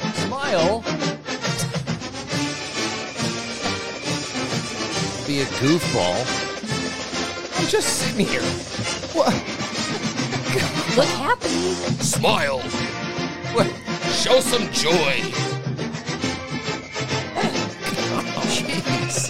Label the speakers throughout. Speaker 1: Kyle be a goofball. I'm just sitting here. What?
Speaker 2: Look happy.
Speaker 1: Smile. What? Show some joy. Jeez.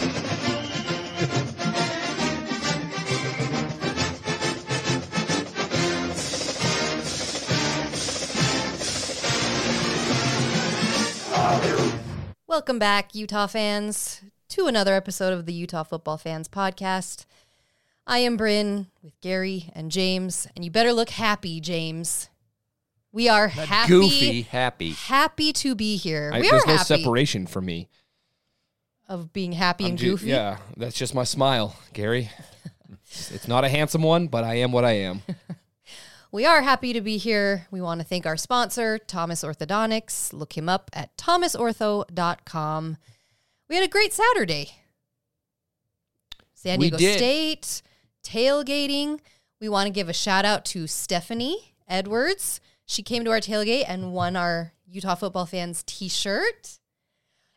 Speaker 2: Welcome back, Utah fans, to another episode of the Utah Football Fans Podcast. I am Bryn with Gary and James, and you better look happy, James. We are happy,
Speaker 1: Goofy, happy.
Speaker 2: happy to be here.
Speaker 3: I,
Speaker 2: we
Speaker 3: there's
Speaker 2: are
Speaker 3: no
Speaker 2: happy
Speaker 3: separation for me.
Speaker 2: of being happy
Speaker 3: I'm
Speaker 2: and
Speaker 3: ju-
Speaker 2: goofy.
Speaker 3: yeah, that's just my smile, Gary. it's not a handsome one, but I am what I am.
Speaker 2: We are happy to be here. We want to thank our sponsor, Thomas Orthodontics. Look him up at thomasortho.com. We had a great Saturday. San
Speaker 3: We
Speaker 2: Diego
Speaker 3: did.
Speaker 2: State, tailgating. We want to give a shout out to Stephanie Edwards. She came to our tailgate and won our Utah football fans t shirt.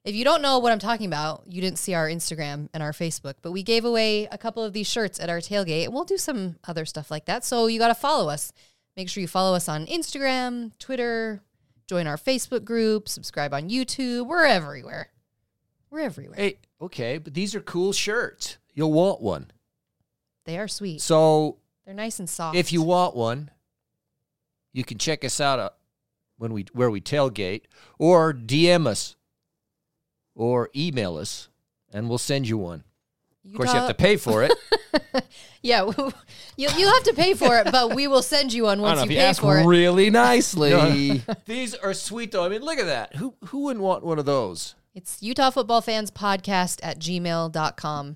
Speaker 2: If you don't know what I'm talking about, you didn't see our Instagram and our Facebook, but we gave away a couple of these shirts at our tailgate. and We'll do some other stuff like that. So you got to follow us. Make sure you follow us on Instagram, Twitter, join our Facebook group, subscribe on YouTube. We're everywhere. We're everywhere.
Speaker 1: Hey, okay, but these are cool shirts. You'll want one.
Speaker 2: They are sweet.
Speaker 1: So
Speaker 2: They're nice and soft.
Speaker 1: If you want one, you can check us out uh, when we where we tailgate, or DM us, or email us, and we'll send you one. Of course, you have to pay for it.
Speaker 2: Yeah, you you'll have to pay for it, but we will send you one
Speaker 3: I don't
Speaker 2: once
Speaker 3: know
Speaker 2: you
Speaker 3: if you
Speaker 2: pay
Speaker 3: ask
Speaker 2: for it.
Speaker 3: really nicely.
Speaker 1: These are sweet though. I mean, look at that. Who who wouldn't want one of those?
Speaker 2: It's Utah Football Fans Podcast at gmail.com.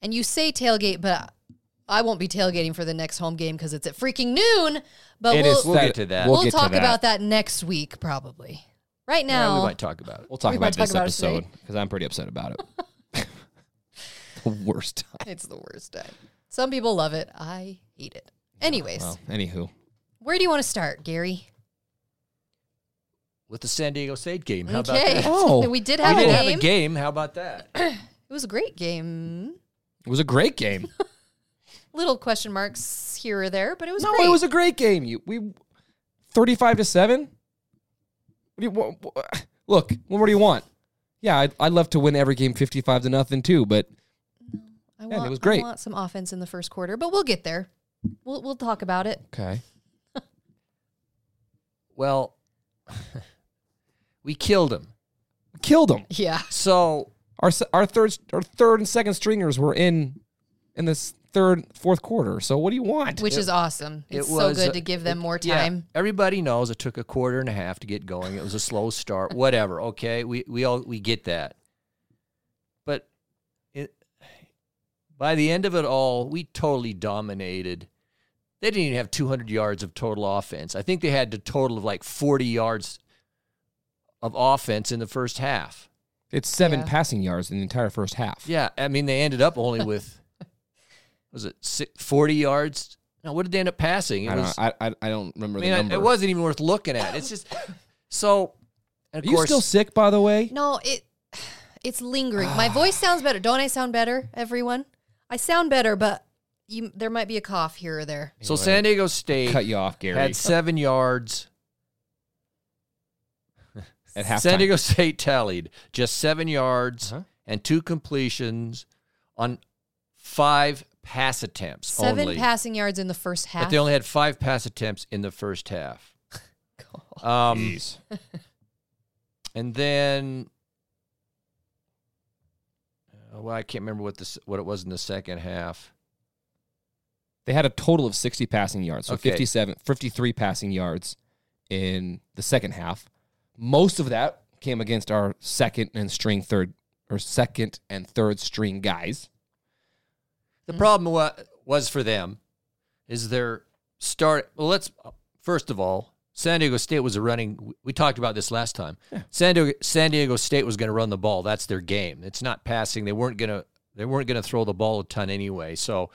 Speaker 2: And you say tailgate, but I won't be tailgating for the next home game because it's at freaking noon. But
Speaker 3: It
Speaker 2: we'll,
Speaker 3: is
Speaker 1: We'll
Speaker 3: that-
Speaker 1: get to that.
Speaker 2: we'll,
Speaker 3: get to
Speaker 2: talk
Speaker 3: that.
Speaker 2: about that next week, probably. Right
Speaker 1: Yeah, we
Speaker 2: now,
Speaker 1: might talk about it.
Speaker 3: We'll talk
Speaker 2: We might talk
Speaker 3: about this
Speaker 2: about it today.
Speaker 3: episode because I'm pretty upset about it. the worst time.
Speaker 2: it's the worst day. Some people love it. I hate it. Anyways,
Speaker 3: Well, Oh, anywho,
Speaker 2: where do you want to start, Gary?
Speaker 1: With the San Diego State game, how
Speaker 2: okay.
Speaker 1: about that?
Speaker 3: Oh.
Speaker 2: we did
Speaker 1: We
Speaker 2: have,
Speaker 1: did
Speaker 2: a,
Speaker 1: have
Speaker 2: game.
Speaker 1: a game. How about that?
Speaker 2: It was a great game.
Speaker 3: it was a great game.
Speaker 2: Little question marks here or there, but it was
Speaker 3: no,
Speaker 2: great.
Speaker 3: it was a great game. You we thirty-five to seven. What do you, wha- wha- look, what more do you want? Yeah, I'd, I'd love to win every game fifty-five to nothing too, but
Speaker 2: I
Speaker 3: it
Speaker 2: want,
Speaker 3: was great.
Speaker 2: I want some offense in the first quarter, but we'll get there. We'll we'll talk about it.
Speaker 3: okay.
Speaker 1: Well, we killed him.
Speaker 3: Killed them.
Speaker 2: Yeah.
Speaker 1: So
Speaker 3: our se- our third our third and second stringers were in in this third fourth quarter. So what do you want?
Speaker 2: Which is awesome. It's
Speaker 1: it was
Speaker 2: so
Speaker 3: uh,
Speaker 2: good to give them more
Speaker 1: yeah,
Speaker 2: time.
Speaker 1: everybody knows it took a quarter and a half to get going. It was a slow start. Whatever. Okay, we we all we get that. But it by the end of it all, we totally dominated. They didn't even have 200 yards of total offense. I think they had a total of like 40 yards of offense in the first half.
Speaker 3: it's seven
Speaker 2: Yeah.
Speaker 3: passing yards in the entire first half.
Speaker 1: Yeah, I mean they ended up only with was it si- 40 yards? No, what did they end up passing? It
Speaker 3: I don't
Speaker 1: was
Speaker 3: know. I, I I don't
Speaker 1: I
Speaker 3: remember the
Speaker 1: mean,
Speaker 3: number.
Speaker 1: I- it wasn't even worth looking at. It's just so. And of
Speaker 3: Are you
Speaker 1: course,
Speaker 3: still sick, by the way?
Speaker 2: No, it it's lingering. My voice sounds better. Don't I sound better, everyone? I sound better, but you there might be a cough here or there.
Speaker 1: so San Diego State
Speaker 3: Cut you off, Gary.
Speaker 1: had seven yards.
Speaker 3: at halftime.
Speaker 1: San Diego State tallied just seven yards
Speaker 3: Uh-huh.
Speaker 1: and two completions on five pass attempts
Speaker 2: Seven
Speaker 1: only.
Speaker 2: passing yards in the first half.
Speaker 1: But they only had five pass attempts in the first half. Um,
Speaker 3: Jeez.
Speaker 1: and then, uh, well, I can't remember what this what it was in the second half.
Speaker 3: They had a total of 60 passing yards, so
Speaker 1: Okay.
Speaker 3: 57, 53 passing yards in the second half. Most of that came against our second and string third or second and third string guys.
Speaker 2: Mm.
Speaker 1: The problem wa- was for them is their start. Well, let's first of all, San Diego State was a running. We talked about this last time. San Diego San Diego State was going to run the ball. That's their game. It's not passing. They weren't going to. They weren't going to throw the ball a ton anyway. So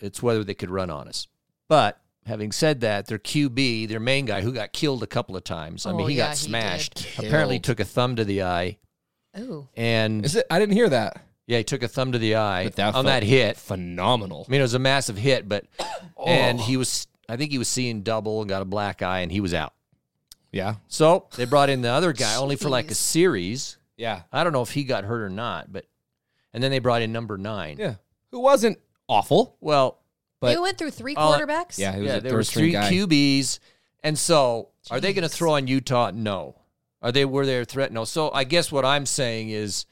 Speaker 1: it's whether they could run on us. But having said that, their QB, their main guy, who got killed a couple of times. I
Speaker 2: Oh,
Speaker 1: mean, he
Speaker 2: yeah,
Speaker 1: got
Speaker 2: he did.
Speaker 1: smashed. Apparently,
Speaker 3: Killed.
Speaker 1: took a thumb to the eye,
Speaker 2: Ooh.
Speaker 1: and
Speaker 3: Is it? I didn't hear that.
Speaker 1: yeah, he took a thumb to the eye
Speaker 3: But that
Speaker 1: on
Speaker 3: felt-
Speaker 1: that hit.
Speaker 3: Phenomenal.
Speaker 1: I mean, it was a massive hit, but and
Speaker 3: Oh.
Speaker 1: he was, I think he was seeing double and got a black eye, and he was out.
Speaker 3: Yeah.
Speaker 1: So they brought in the other guy only for like a
Speaker 2: Jeez.
Speaker 1: series.
Speaker 3: Yeah.
Speaker 1: I don't know if he got hurt or not, but and then they brought in number nine.
Speaker 3: Yeah. Who wasn't awful?
Speaker 1: Well,
Speaker 3: But- uh,
Speaker 2: they went through three
Speaker 1: All-
Speaker 2: quarterbacks.
Speaker 3: Yeah. He was
Speaker 1: yeah,
Speaker 3: a
Speaker 1: there were
Speaker 3: third string
Speaker 1: three
Speaker 3: guy.
Speaker 1: QBs, and so are they going to
Speaker 2: Jeez.
Speaker 1: throw on Utah? No. Are they were they a threat? No. So I guess what I'm saying is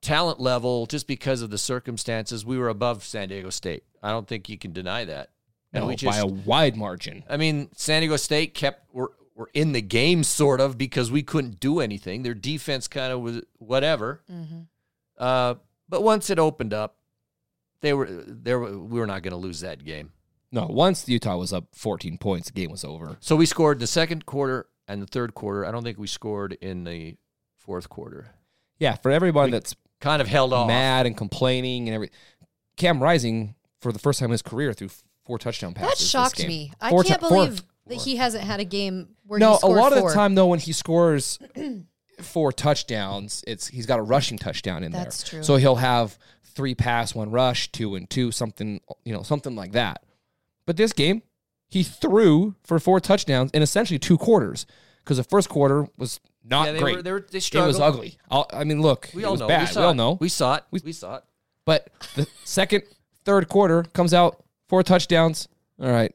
Speaker 1: talent level, just because of the circumstances, we were above San Diego State. I don't think you can deny that. And
Speaker 3: no,
Speaker 1: we just-
Speaker 3: by a wide margin.
Speaker 1: I mean, San Diego State kept were, were in the game sort of because we couldn't do anything. Their defense kind of was whatever.
Speaker 2: Mhm.
Speaker 1: Uh, but once it opened up, they were there. We were not going to lose that game.
Speaker 3: No, once Utah was up 14 points, the game was over.
Speaker 1: So we scored in the second quarter and the third quarter. I don't think we scored in the fourth quarter.
Speaker 3: Yeah, for everyone that's
Speaker 1: Kind of held off.
Speaker 3: mad and complaining and every Cam Rising for the first time in his career threw four touchdown passes.
Speaker 2: That
Speaker 3: this
Speaker 2: shocked
Speaker 3: game.
Speaker 2: me. I
Speaker 3: Four
Speaker 2: can't
Speaker 3: ti- four-
Speaker 2: believe that he hasn't had a game where
Speaker 3: No,
Speaker 2: he
Speaker 3: a
Speaker 2: scored
Speaker 3: lot of
Speaker 2: four.
Speaker 3: the time though, when he scores four touchdowns, it's he's got a rushing touchdown in
Speaker 2: That's
Speaker 3: there.
Speaker 2: true.
Speaker 3: So he'll have three pass, one rush, two and two, something you know, something like that. But this game, he threw for four touchdowns in essentially two quarters because the first quarter was not
Speaker 1: Yeah, they
Speaker 3: great.
Speaker 1: were. They, were, they
Speaker 3: it
Speaker 1: struggled.
Speaker 3: was ugly. I'll, I mean, look,
Speaker 1: We
Speaker 3: it
Speaker 1: all
Speaker 3: was
Speaker 1: know. We
Speaker 3: bad.
Speaker 1: saw
Speaker 3: we all
Speaker 1: it.
Speaker 3: know.
Speaker 1: We saw it.
Speaker 3: We-
Speaker 1: We, saw it.
Speaker 3: But the second, third quarter comes out four touchdowns. All right,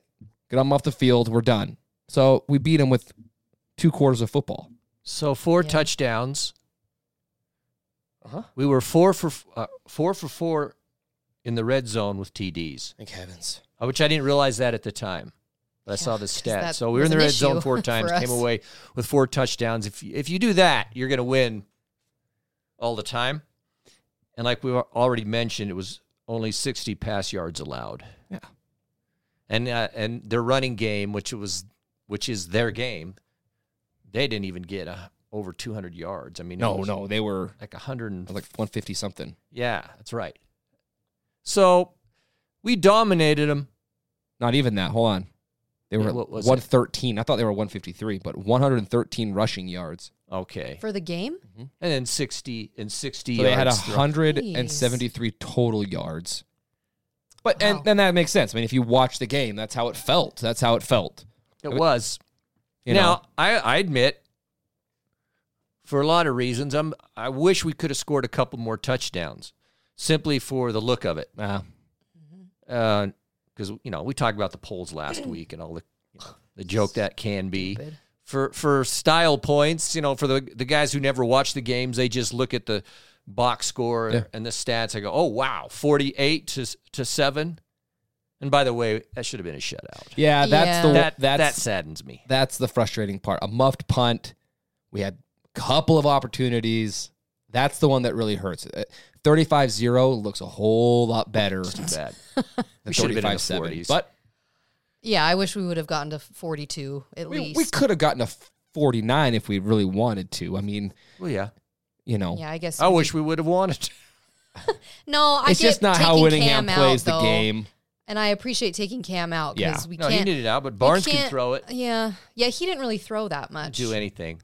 Speaker 3: get them off the field. We're done. So we beat them with two quarters of football.
Speaker 1: So four
Speaker 2: Yeah.
Speaker 1: touchdowns.
Speaker 3: Uh-huh.
Speaker 1: We were four for uh, four for four in the red zone with TDs,
Speaker 3: Thank heavens.
Speaker 1: uh, which I didn't realize that at the time, but I saw
Speaker 2: Yeah,
Speaker 1: the
Speaker 2: 'cause
Speaker 1: stat.
Speaker 2: that
Speaker 1: So we were in
Speaker 2: was
Speaker 1: the
Speaker 2: an
Speaker 1: red zone
Speaker 2: issue
Speaker 1: four
Speaker 2: for
Speaker 1: times,
Speaker 2: us.
Speaker 1: came away with four touchdowns. If you, if you do that, you're going to win all the time. And like we already mentioned, it was only 60 pass yards allowed.
Speaker 3: Yeah.
Speaker 1: And uh, and their running game, which was which is their game, they didn't even get uh, over 200 yards. I mean, it
Speaker 3: No,
Speaker 1: was-
Speaker 3: no, they were
Speaker 1: like a hundred and
Speaker 3: like 150 something.
Speaker 1: yeah, that's right. So we dominated them.
Speaker 3: Not even that. Hold on. They were
Speaker 1: Yeah, what was it?
Speaker 3: 113. I thought they were 153, but 113 rushing yards.
Speaker 1: Okay,
Speaker 2: for the game.
Speaker 1: and then sixty and sixty.
Speaker 3: So they had
Speaker 1: yards throw-
Speaker 3: 173 total yards. But
Speaker 2: Wow.
Speaker 3: and then that makes sense. I mean, if you watch the game, that's how it felt. That's how it felt.
Speaker 1: It was.
Speaker 3: You
Speaker 1: now
Speaker 3: know?
Speaker 1: I, I admit, for a lot of reasons, I'm. I wish we could have scored a couple more touchdowns, simply for the look of it.
Speaker 3: Uh,
Speaker 1: Because Uh, you know we talked about the polls last week and all the you know, the joke that can be.
Speaker 2: Stupid.
Speaker 1: for for style points, you know, for the the guys who never watch the games, they just look at the box score
Speaker 3: Yeah.
Speaker 1: and the stats. I go, oh wow, forty eight to s- to seven. And by the way, that should have been a shutout.
Speaker 3: yeah, that's the
Speaker 1: That
Speaker 2: Yeah.
Speaker 3: that's
Speaker 1: that
Speaker 3: that's,
Speaker 1: saddens me.
Speaker 3: the frustrating part. A muffed punt. We had a couple of opportunities. That's the one that really hurts. 35 0 looks a whole lot better
Speaker 1: It's too bad.
Speaker 3: than
Speaker 1: should have been in the
Speaker 3: 35 7.
Speaker 1: 40s.
Speaker 3: But
Speaker 2: Yeah, I wish we would have gotten to 42 at
Speaker 3: we,
Speaker 2: least.
Speaker 3: we could have gotten a 49 if we really wanted to. I mean,
Speaker 1: Well, yeah.
Speaker 3: you know,
Speaker 2: Yeah, I guess.
Speaker 1: I
Speaker 2: we
Speaker 1: wish
Speaker 2: did-
Speaker 1: we would have won it.
Speaker 2: No, I
Speaker 3: it's
Speaker 2: get
Speaker 3: just not how
Speaker 2: taking
Speaker 3: Winningham
Speaker 2: Cam out,
Speaker 3: plays the
Speaker 2: though,
Speaker 3: game.
Speaker 2: and I appreciate taking Cam out because
Speaker 3: Yeah.
Speaker 2: we
Speaker 1: No, he
Speaker 2: can't.
Speaker 1: needed it out, but
Speaker 2: we
Speaker 1: Barnes can
Speaker 2: can't-
Speaker 1: throw it.
Speaker 2: Yeah, yeah, he didn't really throw that much.
Speaker 1: Do anything.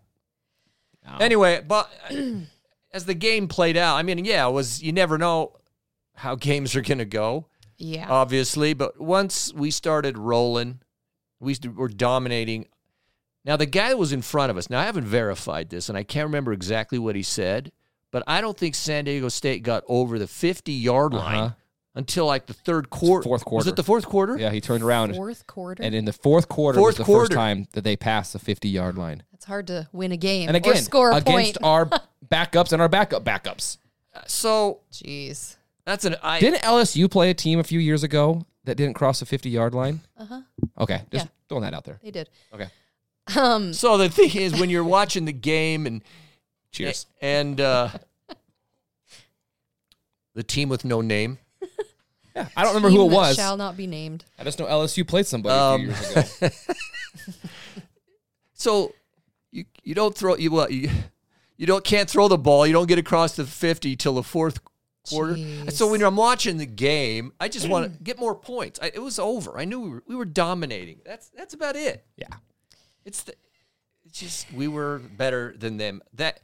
Speaker 3: No.
Speaker 1: Anyway, but uh, as the game played out, I mean, yeah, it was you never know how games are gonna go.
Speaker 2: Yeah,
Speaker 3: Oh,
Speaker 1: obviously. But once we started rolling, we st- were dominating. Now the guy that was in front of us. Now I haven't verified this, and I can't remember exactly what he said, but I don't think San Diego State got over the fifty-yard line
Speaker 3: Uh-huh.
Speaker 1: until like the third quarter.
Speaker 3: fourth
Speaker 1: Was
Speaker 3: quarter.
Speaker 1: it the fourth quarter?
Speaker 3: Yeah, he turned around.
Speaker 2: fourth quarter.
Speaker 3: And in the fourth quarter
Speaker 1: Fourth
Speaker 3: was the first
Speaker 1: quarter.
Speaker 3: time that they passed the 50 yard line.
Speaker 2: It's hard to win a game
Speaker 3: And again,
Speaker 2: or score a
Speaker 3: against
Speaker 2: point.
Speaker 3: our backups and our backup backups.
Speaker 1: So
Speaker 2: Jeez.
Speaker 1: that's an I.
Speaker 3: Didn't LSU play a team a few years ago that didn't cross the 50 yard line? Uh
Speaker 2: Uh-huh.
Speaker 3: Okay, just
Speaker 2: Yeah.
Speaker 3: throwing that out there.
Speaker 2: They did.
Speaker 3: Okay.
Speaker 2: Um,
Speaker 1: so the thing is, when you're watching the game and
Speaker 3: Cheers.
Speaker 1: and uh, the team with no name,
Speaker 3: Yeah, I don't remember who
Speaker 2: team
Speaker 3: it
Speaker 2: that
Speaker 3: was.
Speaker 2: Shall not be named.
Speaker 3: I just know LSU played somebody a few
Speaker 1: Um,
Speaker 3: years ago.
Speaker 1: So you you don't throw you well you, you don't can't throw the ball. You don't get across the fifty till the fourth quarter. And So
Speaker 2: Jeez.
Speaker 1: when I'm watching the game, I just want to get more points. I, it was over. I knew we were, we were dominating. That's that's about it.
Speaker 3: Yeah.
Speaker 1: It's the, it's just we were better than them. That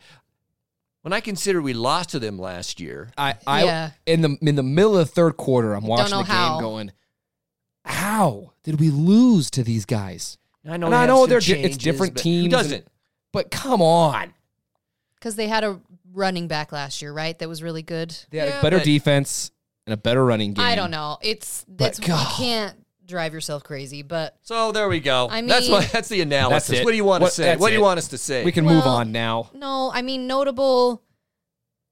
Speaker 1: when I consider we lost to them last year,
Speaker 3: I, I
Speaker 2: Yeah.
Speaker 3: in the in the middle of the third quarter, I'm watching
Speaker 2: know
Speaker 3: the game
Speaker 2: how.
Speaker 3: going, How did we lose to these guys?
Speaker 1: I know
Speaker 3: And
Speaker 1: they
Speaker 3: I
Speaker 1: have
Speaker 3: know
Speaker 1: some
Speaker 3: they're di- it's
Speaker 1: changes,
Speaker 3: different
Speaker 1: but
Speaker 3: teams
Speaker 1: Who
Speaker 3: and-
Speaker 1: doesn't?
Speaker 3: But come on.
Speaker 2: Because they had a running back last year, right? That was really good.
Speaker 3: They had
Speaker 1: Yeah,
Speaker 3: a better
Speaker 1: but-
Speaker 3: defense and a better running game.
Speaker 2: I don't know. It's
Speaker 3: But
Speaker 2: that's
Speaker 3: God.
Speaker 2: you can't drive yourself crazy, but
Speaker 1: So there we go.
Speaker 2: I
Speaker 1: that's what
Speaker 2: mean-
Speaker 1: that's the analysis.
Speaker 3: That's it.
Speaker 1: What do you want to
Speaker 3: What-
Speaker 1: say?
Speaker 3: that's
Speaker 1: What do you
Speaker 3: it.
Speaker 1: want us to say?
Speaker 3: We can move
Speaker 2: Well,
Speaker 3: on now.
Speaker 2: no, I mean notable.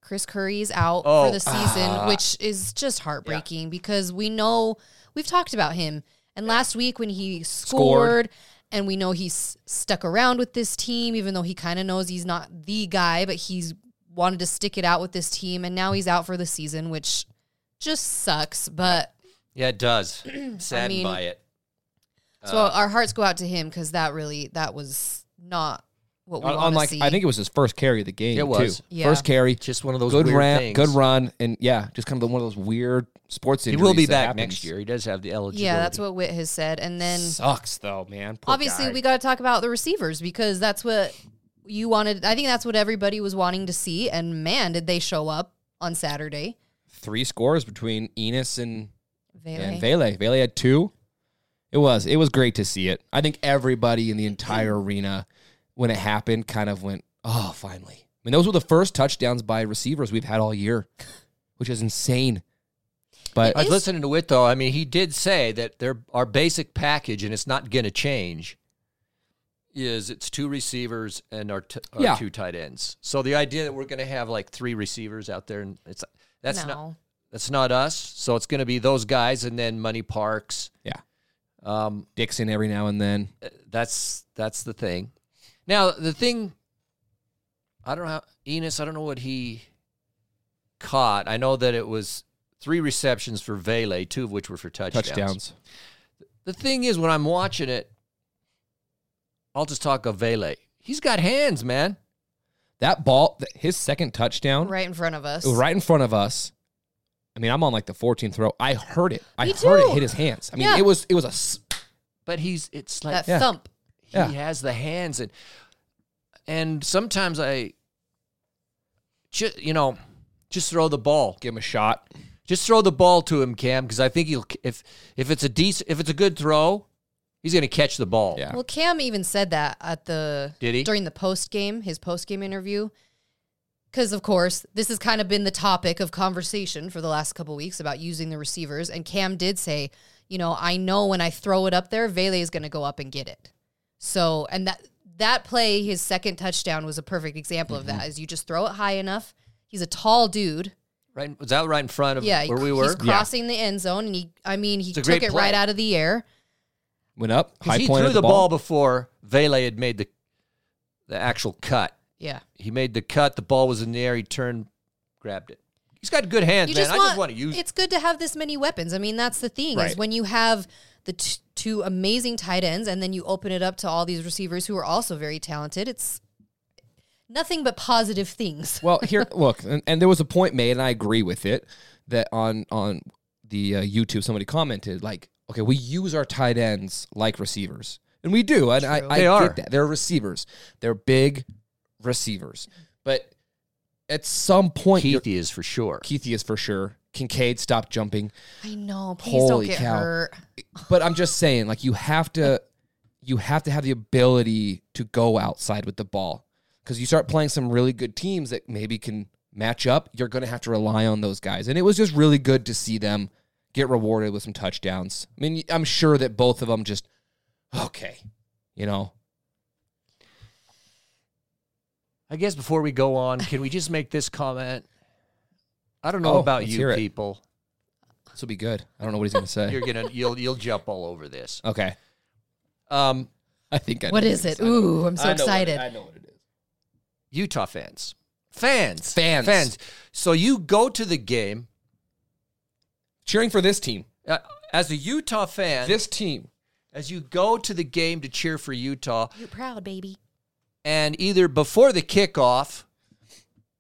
Speaker 2: Chris Curry's out
Speaker 1: Oh,
Speaker 2: for the season, which is just heartbreaking because we know we've talked about him. And last week when he
Speaker 3: Scored.
Speaker 2: scored, and we know he's stuck around with this team, even though he kind of knows he's not the guy, but he's wanted to stick it out with this team, and now he's out for the season, which just sucks. But
Speaker 1: yeah, it does. Saddened
Speaker 2: mean-
Speaker 1: by it.
Speaker 2: So
Speaker 3: Uh.
Speaker 2: our hearts go out to him because that really that was not what we
Speaker 3: On
Speaker 2: want to
Speaker 3: like
Speaker 2: see.
Speaker 3: I think it was his first carry of the game.
Speaker 1: It was.
Speaker 3: too.
Speaker 2: Yeah.
Speaker 3: First carry.
Speaker 1: Just one of those
Speaker 3: good
Speaker 1: weird
Speaker 3: run,
Speaker 1: things.
Speaker 3: good run, and yeah, just kind of one of those weird sports
Speaker 1: He
Speaker 3: injuries.
Speaker 1: will be
Speaker 3: that
Speaker 1: back
Speaker 3: happens.
Speaker 1: next year. He does have the eligibility.
Speaker 2: yeah, that's what Witt has said. And then
Speaker 3: Sucks though, man. Poor
Speaker 2: obviously
Speaker 3: guy.
Speaker 2: we got to talk about the receivers because that's what you wanted. I think that's what everybody was wanting to see. And man, did they show up on Saturday?
Speaker 3: three scores between Enos and
Speaker 2: Vele.
Speaker 3: and Vele. Vele had two. It was it was great to see it. I think everybody in the entire arena when it happened kind of went, oh, finally. I mean, those were the first touchdowns by receivers we've had all year, which is insane. But
Speaker 1: I was listening to it though. I mean, he did say that their our basic package, and it's not going to change. Is it's two receivers and our, t- our
Speaker 3: Yeah.
Speaker 1: two tight ends. So the idea that we're going to have like three receivers out there, and it's that's not
Speaker 2: No.
Speaker 1: that's not us. So it's going to be those guys, and then Money Parks.
Speaker 3: yeah,
Speaker 1: Um,
Speaker 3: Dixon every now and then.
Speaker 1: that's that's the thing. Now the thing, I don't know, how, Enos. I don't know what he caught. I know that it was three receptions for Vele, two of which were for touchdowns.
Speaker 3: Touchdowns.
Speaker 1: The thing is, when I'm watching it, I'll just talk of Vele. He's got hands, man.
Speaker 3: That ball, th- his second touchdown,
Speaker 2: right in front of us.
Speaker 3: It was right in front of us. I mean, I'm on like the 14th row. I heard it. I
Speaker 2: Me
Speaker 3: heard it
Speaker 2: too.
Speaker 3: hit his hands. I mean,
Speaker 2: Yeah.
Speaker 3: it was it was a s-
Speaker 1: But he's it's like
Speaker 2: That
Speaker 3: Yeah.
Speaker 2: thump.
Speaker 1: he
Speaker 3: Yeah.
Speaker 1: has the hands and and sometimes I, ju- you know, just throw the ball.
Speaker 3: give him a shot.
Speaker 1: Just throw the ball to him, Cam, because I think he'll if if it's a decent if it's a good throw, he's gonna catch the ball.
Speaker 3: Yeah.
Speaker 2: Well, Cam even said that at the
Speaker 1: Did he?
Speaker 2: during the post game, his post game interview. Because of course, this has kind of been the topic of conversation for the last couple weeks about using the receivers, and Cam did say, you know, I know when I throw it up there, Vele is going to go up and get it. So, and that that play, his second touchdown was a perfect example of that.
Speaker 1: Mm-hmm.
Speaker 2: Is you just throw it high enough. He's a tall dude.
Speaker 1: Right was that right in front of
Speaker 2: Yeah,
Speaker 1: where
Speaker 2: he-
Speaker 1: we were?
Speaker 2: He's crossing the end zone, and he, I mean, he
Speaker 1: a
Speaker 2: took
Speaker 1: great
Speaker 2: it
Speaker 1: play.
Speaker 2: right out of the air.
Speaker 3: Went up,
Speaker 1: 'Cause
Speaker 3: high
Speaker 1: he
Speaker 3: point
Speaker 1: threw
Speaker 3: of the,
Speaker 1: ball
Speaker 3: ball.
Speaker 1: before Vele had made the the actual cut.
Speaker 2: Yeah.
Speaker 1: He made the cut. The ball was in the air. He turned, grabbed it. He's got good hands, man. I just want to use.
Speaker 2: It's good to have this many weapons. I mean, that's the thing
Speaker 3: Right.
Speaker 2: is when you have the t- two amazing tight ends, and then you open it up to all these receivers who are also very talented. It's nothing but positive things.
Speaker 3: well, here, look, and, and there was a point made, and I agree with it that on on the uh, YouTube somebody commented like, okay, we use our tight ends like receivers, and we do, and I,
Speaker 2: True.
Speaker 3: I
Speaker 1: They
Speaker 3: get
Speaker 1: are.
Speaker 3: that they're receivers, they're big receivers, but at some point, you're-
Speaker 1: Keithy is for sure.
Speaker 3: Keithy is for sure. Kincaid stopped jumping.
Speaker 2: I know. Please
Speaker 3: Holy
Speaker 2: don't get
Speaker 3: cow.
Speaker 2: hurt.
Speaker 3: but I'm just saying, like you have to, you have to have the ability to go outside with the ball because you start playing some really good teams that maybe can match up. You're going to have to rely on those guys, and it was just really good to see them get rewarded with some touchdowns. I mean, I'm sure that both of them just okay, you know.
Speaker 1: I guess before we go on, can we just make this comment? I don't know
Speaker 3: Oh,
Speaker 1: about
Speaker 3: let's
Speaker 1: you
Speaker 3: hear it.
Speaker 1: people.
Speaker 3: This will be good. I don't know what he's going to say.
Speaker 1: You're gonna you'll you'll jump all over this.
Speaker 3: okay,
Speaker 1: Um,
Speaker 3: I think. I know
Speaker 2: What is
Speaker 3: it
Speaker 2: it? Ooh, I'm so excited.
Speaker 3: I know what it is.
Speaker 1: Utah fans, fans,
Speaker 3: Fans.
Speaker 1: fans. So you go to the game
Speaker 3: Cheering for this team.
Speaker 1: uh, as a Utah fan.
Speaker 3: This team.
Speaker 1: as you go to the game to cheer for Utah,
Speaker 2: You're proud, baby.
Speaker 1: and either before the kickoff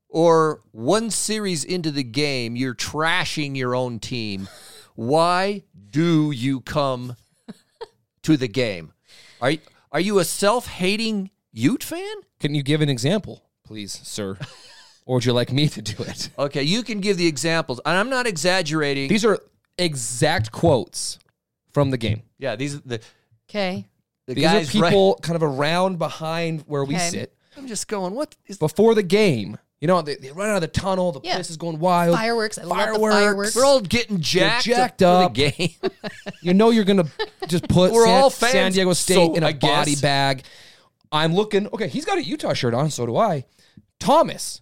Speaker 1: or one series into the game, you're trashing your own team. Why do you come to the game? Are you, are you a self hating Ute fan?
Speaker 3: Can you give an example, please, sir? or would you like me to do it?
Speaker 1: Okay, you can give the examples, and I'm not exaggerating.
Speaker 3: These are exact quotes from the game.
Speaker 1: yeah, these are the
Speaker 2: Okay.
Speaker 1: the
Speaker 3: These
Speaker 1: guys.
Speaker 3: are
Speaker 1: right-
Speaker 3: people kind of around behind where we
Speaker 2: Okay.
Speaker 3: sit
Speaker 1: I'm just going. What is?
Speaker 3: before the game. You know, they, they run out of the tunnel. The
Speaker 2: Yeah.
Speaker 3: place is going wild.
Speaker 2: Fireworks. I love
Speaker 3: Fireworks.
Speaker 2: the fireworks.
Speaker 1: We're all getting jacked,
Speaker 3: jacked
Speaker 1: for
Speaker 3: up.
Speaker 1: the game.
Speaker 3: You know you're gonna just put
Speaker 1: We're
Speaker 3: San,
Speaker 1: all fans,
Speaker 3: San Diego State
Speaker 1: so
Speaker 3: in a
Speaker 1: I guess.
Speaker 3: body bag. I'm looking. Okay, he's got a Utah shirt on. So do I. Thomas,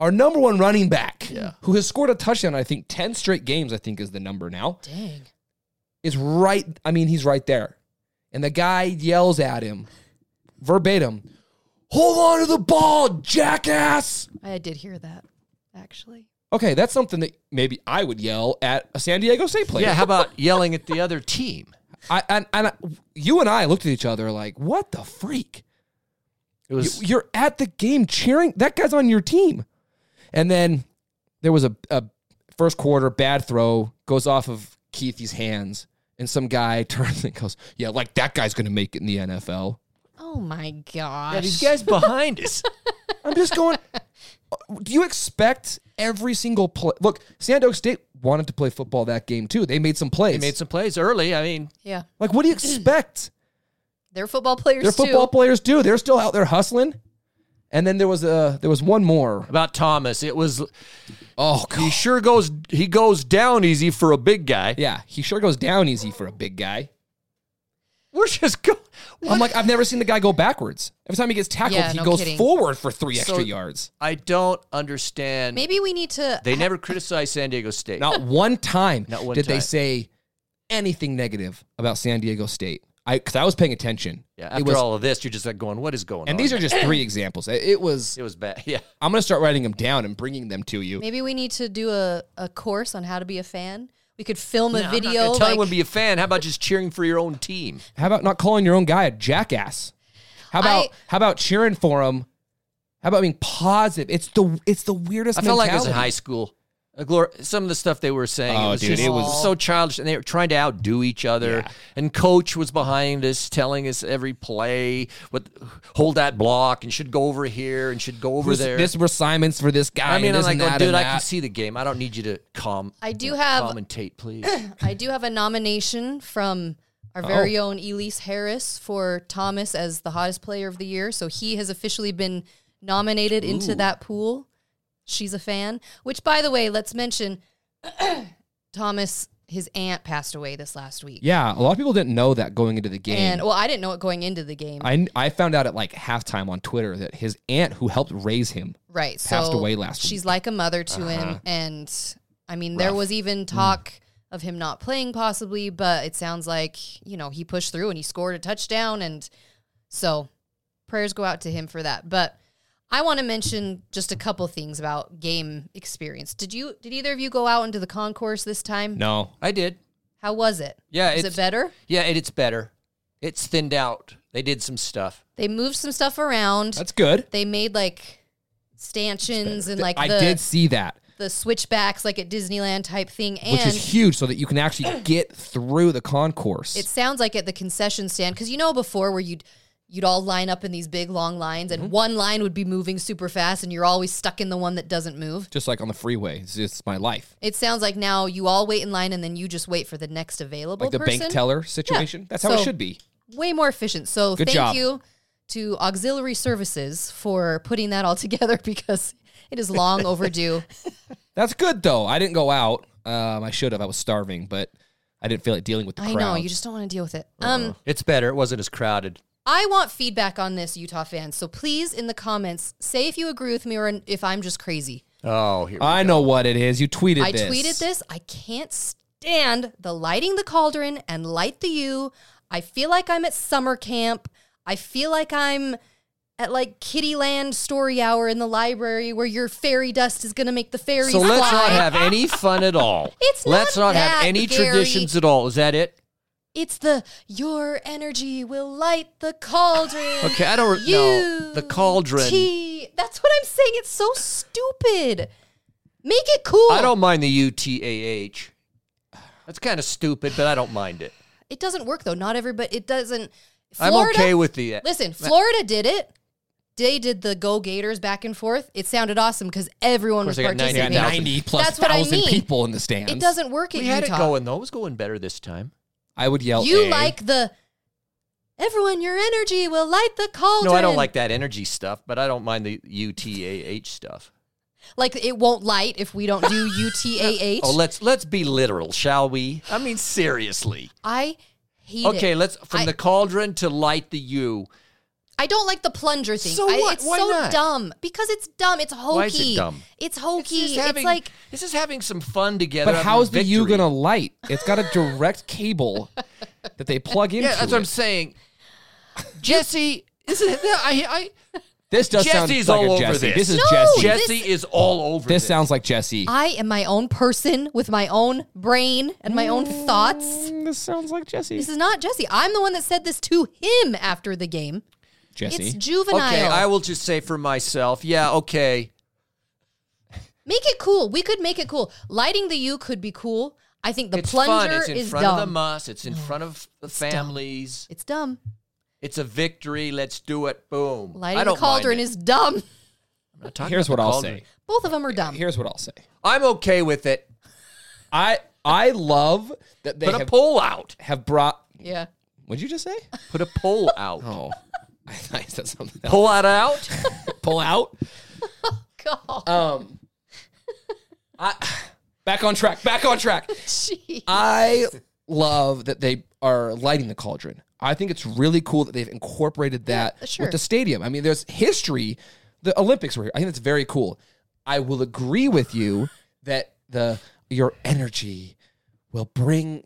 Speaker 3: our number one running back, who has scored a touchdown. I think ten straight games. I think is the number now.
Speaker 2: Dang.
Speaker 3: Is right. I mean, he's right there, and the guy yells at him verbatim. Hold on to the ball, jackass.
Speaker 2: I did hear that, actually.
Speaker 3: Okay, that's something that maybe I would yell at a San Diego State player.
Speaker 1: yeah, how about yelling at the other team?
Speaker 3: I, and, and I, you and I looked at each other like, what the freak?
Speaker 1: It was
Speaker 3: You- You're at the game cheering. That guy's on your team. And then there was a, a first quarter bad throw goes off of Keithy's hands, and some guy turns and goes, "Yeah, like that guy's gonna make it in the NFL."
Speaker 2: Oh my
Speaker 1: yeah,
Speaker 2: gosh.
Speaker 1: these guys behind us.
Speaker 3: I'm just going. do you expect every single play? Look, San Diego State wanted to play football that game too. They made some plays.
Speaker 1: They made some plays early. I mean,
Speaker 2: yeah.
Speaker 3: like, what do you expect?
Speaker 2: They're football players
Speaker 3: Their football
Speaker 2: too.
Speaker 3: players do. They're still out there hustling. And then there was a there was one more.
Speaker 1: about Thomas, it was
Speaker 3: Oh
Speaker 1: he sure goes he goes down easy for a big guy.
Speaker 3: Yeah, he sure goes down easy for a big guy.
Speaker 1: We're just go-
Speaker 3: I'm like, I've never seen the guy go backwards. Every time he gets tackled,
Speaker 2: Yeah,
Speaker 3: he
Speaker 2: no
Speaker 3: goes
Speaker 2: kidding.
Speaker 3: forward for three extra
Speaker 1: So-
Speaker 3: yards.
Speaker 1: I don't understand.
Speaker 2: Maybe we need to.
Speaker 1: they never criticize San Diego State.
Speaker 3: Not one time
Speaker 1: Not one
Speaker 3: did they
Speaker 1: time.
Speaker 3: say anything negative about San Diego State. I because I was paying attention.
Speaker 1: Yeah,
Speaker 3: it
Speaker 1: after
Speaker 3: was,
Speaker 1: all of this, you're just like going, "What is going on?"
Speaker 3: and these are just three examples. It, it was.
Speaker 1: it was bad. Yeah,
Speaker 3: I'm gonna start writing them down and bringing them to you.
Speaker 2: Maybe we need to do a, a course on how to be a fan. We could film a
Speaker 1: I'm not
Speaker 2: video.
Speaker 1: gonna tell
Speaker 2: like-
Speaker 1: anyone to be a fan. How about just cheering for your own team?
Speaker 3: How about not calling your own guy a jackass? How about
Speaker 2: I-
Speaker 3: how about cheering for him? How about being positive? It's the it's the weirdest.
Speaker 1: I felt like it was in
Speaker 3: mentality.
Speaker 1: high school. Uh, glor- Some of the stuff they were saying,
Speaker 3: Oh,
Speaker 1: it was
Speaker 3: dude,
Speaker 1: just
Speaker 3: it
Speaker 2: was-
Speaker 1: so childish, and they were trying to outdo each other.
Speaker 3: Yeah.
Speaker 1: And coach was behind us, telling us every play, what hold that block, and should go over here, and should go over
Speaker 3: This-
Speaker 1: there.
Speaker 3: This were Simons for this guy.
Speaker 1: I mean, I'm
Speaker 3: and this
Speaker 1: like,
Speaker 3: and
Speaker 1: going,
Speaker 3: that
Speaker 1: dude,
Speaker 3: and
Speaker 1: I can
Speaker 3: that."
Speaker 1: see the game. I don't need you to calm.
Speaker 2: I do have-
Speaker 1: commentate, please.
Speaker 2: I do have a nomination from our
Speaker 1: Oh.
Speaker 2: very own Elise Harris for Thomas as the hottest player of the year. So he has officially been nominated into that pool. She's a fan, which, by the way, let's mention Thomas, his aunt passed away this last week.
Speaker 3: Yeah, a lot of people didn't know that going into the game.
Speaker 2: And well, I didn't know it going into the game.
Speaker 3: I, I found out at like halftime on Twitter that his aunt, who helped raise him,
Speaker 2: right.
Speaker 3: passed
Speaker 2: so
Speaker 3: away last
Speaker 2: She's like a mother to
Speaker 3: Uh-huh.
Speaker 2: him. And I mean, there was even
Speaker 3: Mm.
Speaker 2: talk of him not playing possibly, but it sounds like, you know, he pushed through and he scored a touchdown. And so prayers go out to him for that. But I want to mention just a couple things about game experience. Did you, did either of you go out into the concourse this time?
Speaker 3: No,
Speaker 1: I did.
Speaker 2: How was it?
Speaker 1: Yeah,
Speaker 2: Is
Speaker 1: it's
Speaker 2: it better?
Speaker 1: yeah, it, it's better. It's thinned out. They did some stuff.
Speaker 2: They moved some stuff around.
Speaker 3: that's good.
Speaker 2: they made like stanchions and like
Speaker 3: I
Speaker 2: the,
Speaker 3: did see that,
Speaker 2: the switchbacks like at Disneyland type thing. And
Speaker 3: which is huge, so that you can actually get through the concourse.
Speaker 2: It sounds like at the concession stand because you know before where you'd you'd all line up in these big long lines
Speaker 3: Mm-hmm.
Speaker 2: and one line would be moving super fast and you're always stuck in the one that doesn't move.
Speaker 3: just like on the freeway. It's, it's my life,
Speaker 2: It sounds like now you all wait in line and then you just wait for the next available
Speaker 3: like the
Speaker 2: person.
Speaker 3: bank teller situation. That's how it
Speaker 2: So-
Speaker 3: should be.
Speaker 2: Way more efficient. So
Speaker 3: Good
Speaker 2: thank
Speaker 3: job.
Speaker 2: you to Auxiliary Services for putting that all together because it is long overdue.
Speaker 3: That's good though. I didn't go out. Um, I should have. I was starving, but I didn't feel like dealing with the
Speaker 2: I
Speaker 3: crowd.
Speaker 2: know you just don't want to deal with it.
Speaker 3: Uh-huh.
Speaker 2: Um,
Speaker 1: It's better. It wasn't as crowded.
Speaker 2: I want feedback on this, Utah fans. So please, in the comments, say if you agree with me or if I'm just crazy.
Speaker 1: Oh, here.
Speaker 3: I know what it is. You tweeted.
Speaker 2: I
Speaker 3: this.
Speaker 2: tweeted this. I can't stand the lighting the cauldron and light the U. I feel like I'm at summer camp. I feel like I'm at like Kittyland story hour in the library where your fairy dust is gonna make the fairies
Speaker 1: so let's
Speaker 2: fly.
Speaker 1: not have any fun at all.
Speaker 2: It's not
Speaker 1: let's not have
Speaker 2: that,
Speaker 1: any
Speaker 2: Gary.
Speaker 1: traditions at all. Is that it?
Speaker 2: it's the your energy will light the cauldron.
Speaker 1: Okay, I don't
Speaker 2: You
Speaker 1: know. The cauldron.
Speaker 2: Tea. That's what I'm saying. It's so stupid. Make it cool.
Speaker 1: I don't mind the UTAH. That's kind of stupid, but I don't mind it.
Speaker 2: It doesn't work though. Not everybody. It doesn't.
Speaker 1: I'm okay with the.
Speaker 2: Listen, Florida did it. They did the go Gators back and forth. It sounded awesome because everyone
Speaker 1: course,
Speaker 2: was
Speaker 1: they got
Speaker 3: They got
Speaker 1: Maybe. 99,000.
Speaker 2: participating.
Speaker 3: 90 plus
Speaker 2: That's what I
Speaker 3: thousand
Speaker 2: mean.
Speaker 3: people in the stands.
Speaker 2: It doesn't work at
Speaker 1: we
Speaker 2: Utah.
Speaker 1: had it going though. It was going better this time.
Speaker 3: I would yell. "Eh."
Speaker 2: You
Speaker 3: A.
Speaker 2: like the everyone. Your energy will light the cauldron.
Speaker 1: No, I don't like that energy stuff, but I don't mind the UTAH stuff.
Speaker 2: Like it won't light if we don't do UTAH.
Speaker 1: Oh, let's let's be literal, shall we? I mean, seriously.
Speaker 2: I hate
Speaker 1: Okay,
Speaker 2: it.
Speaker 1: let's from
Speaker 2: I-
Speaker 1: the cauldron to light the U.
Speaker 2: I don't like the plunger thing.
Speaker 1: So
Speaker 2: I,
Speaker 1: what?
Speaker 2: It's
Speaker 1: Why
Speaker 2: so
Speaker 1: not?
Speaker 2: dumb because it's dumb. It's hokey.
Speaker 1: Why is it dumb?
Speaker 2: It's hokey.
Speaker 1: It's
Speaker 2: It's,
Speaker 1: just having,
Speaker 2: like
Speaker 1: this is having some fun together.
Speaker 3: But
Speaker 1: having
Speaker 3: how's
Speaker 1: a
Speaker 3: the U
Speaker 1: victory.
Speaker 3: gonna light? It's got a direct cable that they plug into.
Speaker 1: Yeah, that's what I'm
Speaker 3: it.
Speaker 1: saying. Jesse, is it? I, I,
Speaker 3: This does
Speaker 1: Jesse's
Speaker 3: sound like
Speaker 1: all
Speaker 3: a
Speaker 1: over
Speaker 3: Jesse.
Speaker 1: this.
Speaker 3: This is
Speaker 2: No,
Speaker 3: Jesse.
Speaker 2: Jess-
Speaker 1: Jesse is all over
Speaker 3: this
Speaker 1: this.
Speaker 3: sounds like Jesse.
Speaker 2: I am my own person with my own brain and my own thoughts.
Speaker 3: Mm, This sounds like Jesse.
Speaker 2: This is not Jesse. I'm the one that said this to him after the game. It's
Speaker 3: Jesse.
Speaker 2: juvenile.
Speaker 1: okay, I will just say for myself, yeah, okay.
Speaker 2: make it cool. We could make it cool. Lighting the U could be cool. I think the
Speaker 1: it's
Speaker 2: plunger
Speaker 1: fun. It's in
Speaker 2: is
Speaker 1: front
Speaker 2: dumb.
Speaker 1: of the must. It's in front of the
Speaker 2: dumb.
Speaker 1: families.
Speaker 2: it's dumb.
Speaker 1: It's a victory. Let's do it. Boom. I
Speaker 2: Lighting the
Speaker 1: don't
Speaker 2: cauldron
Speaker 1: mind it.
Speaker 2: is dumb.
Speaker 1: I'm not talking
Speaker 3: Here's
Speaker 1: about the
Speaker 3: what I'll
Speaker 1: cauldron.
Speaker 3: say.
Speaker 2: Both of them are dumb.
Speaker 3: Here's what I'll say.
Speaker 1: I'm okay with it,
Speaker 3: I I love that they
Speaker 1: Put a
Speaker 3: have,
Speaker 1: poll out.
Speaker 3: have brought.
Speaker 2: yeah.
Speaker 3: What'd you just say?
Speaker 1: Put a poll out.
Speaker 3: Oh, I thought you said something else.
Speaker 1: Pull that out.
Speaker 3: Pull out.
Speaker 2: God.
Speaker 3: Um, I back on track. Back on track.
Speaker 1: Uh,
Speaker 2: Gee.
Speaker 3: I love that they are lighting the cauldron. I think it's really cool that they've incorporated that
Speaker 2: Yeah, sure.
Speaker 3: with the stadium. I mean, there's history. The Olympics were here. I think that's very cool. I will agree with you that the your energy will bring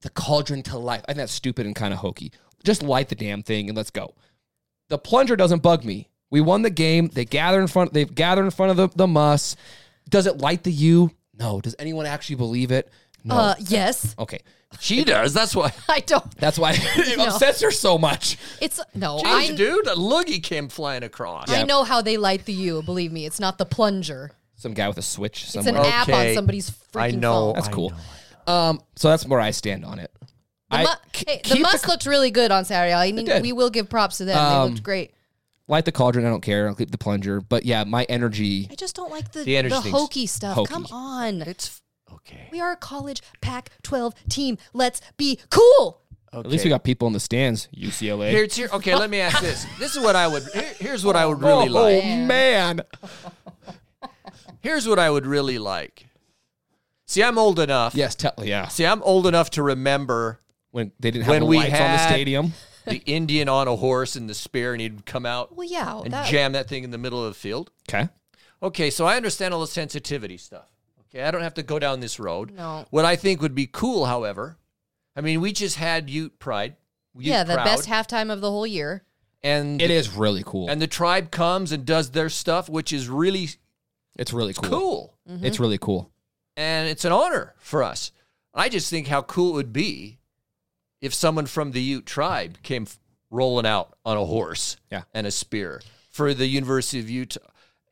Speaker 3: the cauldron to life. I think that's stupid and kind of hokey. Just light the damn thing and let's go. The plunger doesn't bug me. We won the game. They gather in front. They've gathered in front of the the muss. Does it light the U? No. Does anyone actually believe it? No.
Speaker 2: Uh, yes.
Speaker 3: Okay.
Speaker 1: she does. That's why.
Speaker 2: I don't.
Speaker 3: That's why it
Speaker 2: No.
Speaker 3: upsets her so much.
Speaker 2: It's no.
Speaker 1: Jeez,
Speaker 2: I,
Speaker 1: dude, a loogie came flying across.
Speaker 2: I know how they light the U. Believe me, it's not the plunger.
Speaker 3: Some guy with a switch
Speaker 2: It's
Speaker 3: somewhere.
Speaker 2: an app on
Speaker 1: Okay.
Speaker 2: somebody's freaking
Speaker 1: I know.
Speaker 2: phone.
Speaker 3: that's cool. Um, so that's where I stand on it.
Speaker 2: The,
Speaker 3: I
Speaker 2: mu-
Speaker 3: k-
Speaker 2: hey, the
Speaker 3: keep
Speaker 2: must looked really good on Saturday. I mean,
Speaker 3: did.
Speaker 2: we will give props to them. they
Speaker 3: Um,
Speaker 2: looked great.
Speaker 3: light the cauldron. I don't care. I'll keep the plunger. But yeah, my energy.
Speaker 2: I just don't like the
Speaker 1: The
Speaker 2: the,
Speaker 1: energy thing's
Speaker 2: hokey stuff.
Speaker 3: hokey.
Speaker 2: Come on,
Speaker 1: It's okay.
Speaker 2: we are a college Pac-12 team. Let's be cool.
Speaker 1: okay.
Speaker 3: At least we got people in the stands. UCLA.
Speaker 1: Here's here. Okay, let me ask this. This is what I would. Here, here's what I would really like.
Speaker 3: Oh, man.
Speaker 1: Here's what I would really like. See, I'm old enough.
Speaker 3: Yes, tell, yeah.
Speaker 1: See, I'm old enough to remember
Speaker 3: When they didn't have
Speaker 1: When
Speaker 3: the
Speaker 1: we
Speaker 3: lights on the
Speaker 1: had-
Speaker 3: stadium.
Speaker 1: the Indian on a horse and the spear, and he'd come out
Speaker 2: Well, yeah,
Speaker 1: and
Speaker 2: that-
Speaker 1: jam that thing in the middle of the field.
Speaker 3: Okay.
Speaker 1: Okay, so I understand all the sensitivity stuff. Okay, I don't have to go down this road.
Speaker 2: No.
Speaker 1: What I think would be cool, however, I mean, we just had Ute Pride. Ute
Speaker 2: yeah, the
Speaker 1: Proud,
Speaker 2: best halftime of the whole year.
Speaker 1: and
Speaker 3: It is really cool.
Speaker 1: and the tribe comes and does their stuff, which is really
Speaker 3: it's really cool.
Speaker 1: cool,
Speaker 2: Mm-hmm.
Speaker 3: It's really cool.
Speaker 1: and it's an honor for us. I just think how cool it would be if someone from the Ute tribe came f- rolling out on a horse
Speaker 3: Yeah.
Speaker 1: and a spear for the University of Utah.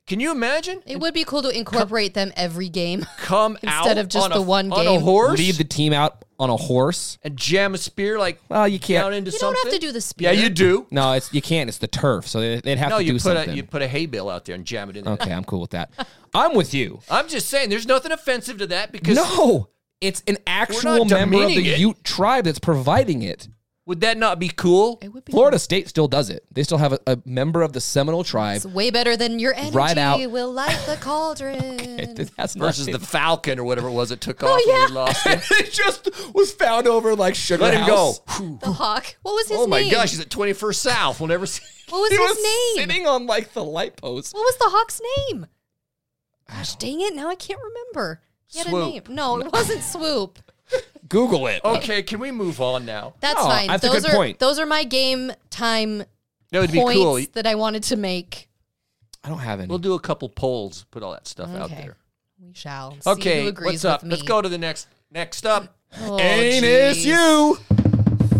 Speaker 1: Can you imagine?
Speaker 2: It would be cool to incorporate them every game.
Speaker 1: Come out
Speaker 2: Instead of just
Speaker 1: on
Speaker 2: the
Speaker 1: a,
Speaker 2: one
Speaker 1: on a
Speaker 2: game.
Speaker 1: horse.
Speaker 3: Lead the team out on a horse.
Speaker 1: and jam a spear like
Speaker 3: Well, you
Speaker 1: down
Speaker 3: can't.
Speaker 1: into
Speaker 2: You don't
Speaker 1: something.
Speaker 2: have to do the
Speaker 1: Yeah,
Speaker 2: spear.
Speaker 1: you do.
Speaker 3: No, it's you can't. It's the turf, so they- they'd have
Speaker 1: no,
Speaker 3: to
Speaker 1: you
Speaker 3: do
Speaker 1: put
Speaker 3: something. Oh.
Speaker 1: a you put a hay bale out there and jam it in. there.
Speaker 3: okay, I'm cool with that. I'm with you.
Speaker 1: I'm just saying, there's nothing offensive to that because
Speaker 3: No, it's an actual member of
Speaker 1: demeaning
Speaker 3: the
Speaker 1: it.
Speaker 3: Ute tribe that's providing it.
Speaker 1: would that not be cool?
Speaker 2: It would be
Speaker 3: Florida State still does it. They still have a, a member of the Seminole tribe.
Speaker 2: It's way better than your energy
Speaker 3: Right out.
Speaker 2: will light the cauldron.
Speaker 3: That's
Speaker 1: Versus the Falcon or whatever it was that took off
Speaker 2: Oh, yeah.
Speaker 1: and we lost it.
Speaker 3: it just was found over like sugar.
Speaker 1: Let him go.
Speaker 3: House.
Speaker 2: The hawk. What was his
Speaker 1: Oh my
Speaker 2: name?
Speaker 1: gosh, he's at 21st South. We'll never see.
Speaker 2: What was
Speaker 3: He
Speaker 2: his
Speaker 3: was
Speaker 2: name?
Speaker 3: sitting on like the light post.
Speaker 2: What was the hawk's name? Gosh, dang it! Now I can't remember. He had a name.
Speaker 1: Swoop.
Speaker 2: No, it wasn't swoop.
Speaker 3: Google it.
Speaker 1: Okay, can we move on now?
Speaker 2: That's
Speaker 3: No,
Speaker 2: fine.
Speaker 3: that's a
Speaker 2: those
Speaker 3: good
Speaker 2: are
Speaker 3: point.
Speaker 2: those are my game time
Speaker 1: That would be
Speaker 2: points
Speaker 1: cool.
Speaker 2: that I wanted to make.
Speaker 3: I don't have any.
Speaker 1: We'll do a couple polls, put all that stuff out
Speaker 2: Okay.
Speaker 1: there.
Speaker 2: We shall. See
Speaker 1: Okay,
Speaker 2: who agrees
Speaker 1: what's up?
Speaker 2: With me.
Speaker 1: Let's go to the next. Next up,
Speaker 2: Oh,
Speaker 3: Anus
Speaker 2: geez.
Speaker 3: you.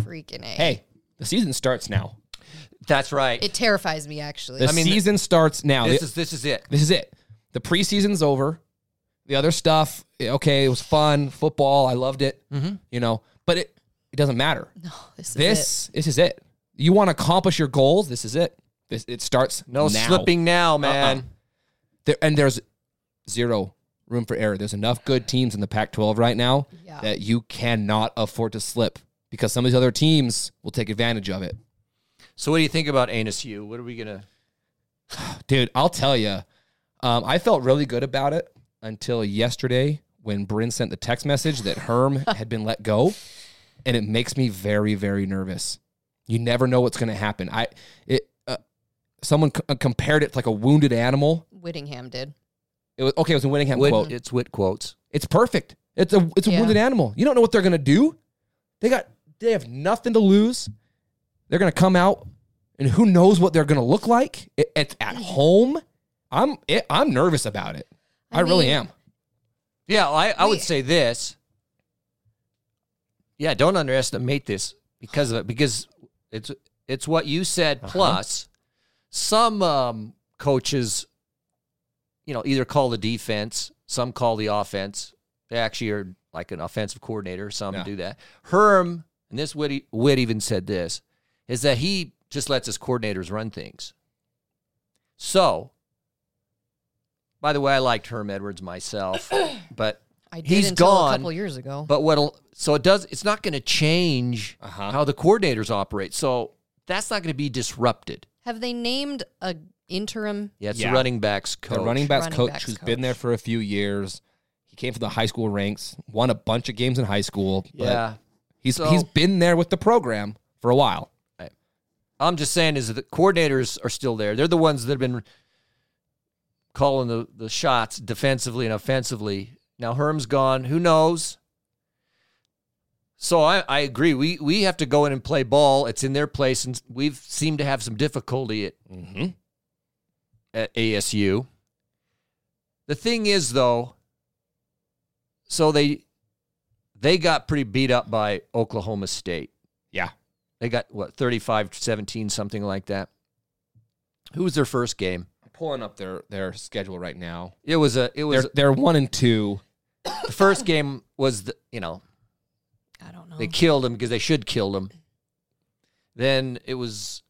Speaker 2: Freaking a.
Speaker 3: Hey, the season starts now.
Speaker 1: that's right.
Speaker 2: It terrifies me actually.
Speaker 3: The
Speaker 1: mean,
Speaker 3: season starts now.
Speaker 1: this
Speaker 3: Th-
Speaker 1: is this is it.
Speaker 3: this is it. The preseason's over. The other stuff, eh, okay, it was fun. Football, I loved it. You know, but it, it doesn't matter.
Speaker 2: No, Mm-hmm. Oh, this is it.
Speaker 3: this this is it. You want to accomplish your goals. This is it. This it starts
Speaker 1: No
Speaker 3: now. Uh-uh.
Speaker 1: slipping now, man.
Speaker 3: There, and there's zero room for error. There's enough good teams in the Pac-12 right now
Speaker 2: Yeah.
Speaker 3: that you cannot afford to slip because some of these other teams will take advantage of it.
Speaker 1: So what do you think about Anus U? What are we gonna?
Speaker 3: Dude, I'll tell you, um, I felt really good about it until yesterday when Bryn sent the text message that Herm had been let go, and it makes me very, very nervous. You never know what's going to happen. I it uh, someone c- uh, compared it to like a wounded animal.
Speaker 2: Whittingham did.
Speaker 3: It was okay. It was a Winningham
Speaker 1: Wit-
Speaker 3: quote.
Speaker 1: It's wit quotes.
Speaker 3: It's perfect. It's a it's a
Speaker 2: Yeah.
Speaker 3: wounded animal. You don't know what they're gonna do. They got they have nothing to lose. They're gonna come out, and who knows what they're gonna look like? It, it's
Speaker 2: Mm.
Speaker 3: at home. I'm it, I'm nervous about it. I,
Speaker 2: I
Speaker 3: really
Speaker 2: mean-
Speaker 3: am.
Speaker 1: Yeah, I, I
Speaker 2: We-
Speaker 1: would say this. Yeah, don't underestimate this because of it because it's it's what you said plus some um, coaches you know either call the defense, some call the offense. They actually are like an offensive coordinator, some
Speaker 3: Yeah.
Speaker 1: do that. Herm and this Whit, Whit even said this is that he just lets his coordinators run things. So, by the way, I liked Herm Edwards myself, but
Speaker 2: I did
Speaker 1: He's
Speaker 2: until
Speaker 1: gone,
Speaker 2: a couple years ago.
Speaker 1: but what'll so it does it's not going to change
Speaker 3: Uh-huh.
Speaker 1: how the coordinators operate. So that's not going to be disrupted.
Speaker 2: Have they named a interim?
Speaker 1: Yeah, it's
Speaker 3: Yeah.
Speaker 1: the running backs coach.
Speaker 3: The running backs
Speaker 2: Running
Speaker 3: coach
Speaker 2: backs
Speaker 3: who's been there for a few years. He came from the high school ranks, won a bunch of games in high school. But
Speaker 1: Yeah.
Speaker 3: he's
Speaker 1: So-
Speaker 3: he's been there with the program for a while.
Speaker 1: I'm just saying is that the coordinators are still there. They're the ones that have been calling the, the shots defensively and offensively. Now Herm's gone. Who knows? So I, I agree. We we have to go in and play ball. It's in their place, and we've seemed to have some difficulty at,
Speaker 3: Mm-hmm.
Speaker 1: at ASU. The thing is though, so they they got pretty beat up by Oklahoma State.
Speaker 3: Yeah.
Speaker 1: They got what 35 17 something like that. Who was their first game?
Speaker 3: I'm pulling up their their schedule right now.
Speaker 1: It was a it
Speaker 3: They're
Speaker 1: was
Speaker 3: they're one and two.
Speaker 1: the first game was the you know,
Speaker 2: I don't know.
Speaker 1: they killed him because they should kill him. Then it was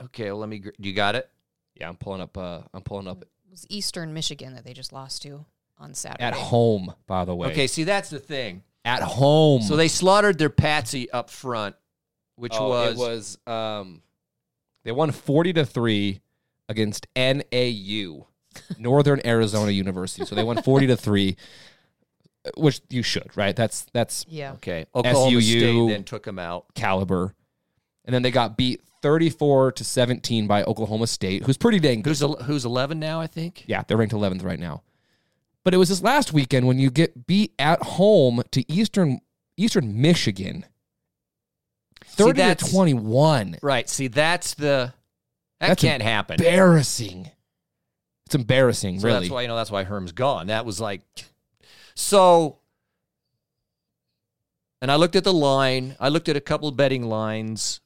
Speaker 1: Okay, well, let me gr- you got it.
Speaker 3: Yeah, I'm pulling up. Uh, I'm pulling up
Speaker 2: It was Eastern Michigan that they just lost to on Saturday.
Speaker 3: at home. By the way,
Speaker 1: Okay, see that's the thing.
Speaker 3: at home.
Speaker 1: So they slaughtered their patsy up front, which
Speaker 3: Oh, it was um, they won forty to three against NAU, Northern Arizona University. So they won forty to three, uh, which you should, right? That's that's
Speaker 2: Yeah.
Speaker 1: Okay. Oklahoma
Speaker 3: SUU.
Speaker 1: State then took him out.
Speaker 3: caliber. And then they got beat thirty four to seventeen by Oklahoma State, who's pretty dang good.
Speaker 1: Who's el- who's 11 now, I think?
Speaker 3: Yeah, they're ranked 11th right now. But it was this last weekend when you get beat at home to Eastern Eastern Michigan. 30 to
Speaker 1: that's-
Speaker 3: 21.
Speaker 1: Right. See, that's the that
Speaker 3: That's
Speaker 1: can't happen.
Speaker 3: Embarrassing. It's embarrassing,
Speaker 1: so
Speaker 3: really.
Speaker 1: that's why you know that's why Herm's gone. That was like so and I looked at the line. I looked at a couple betting lines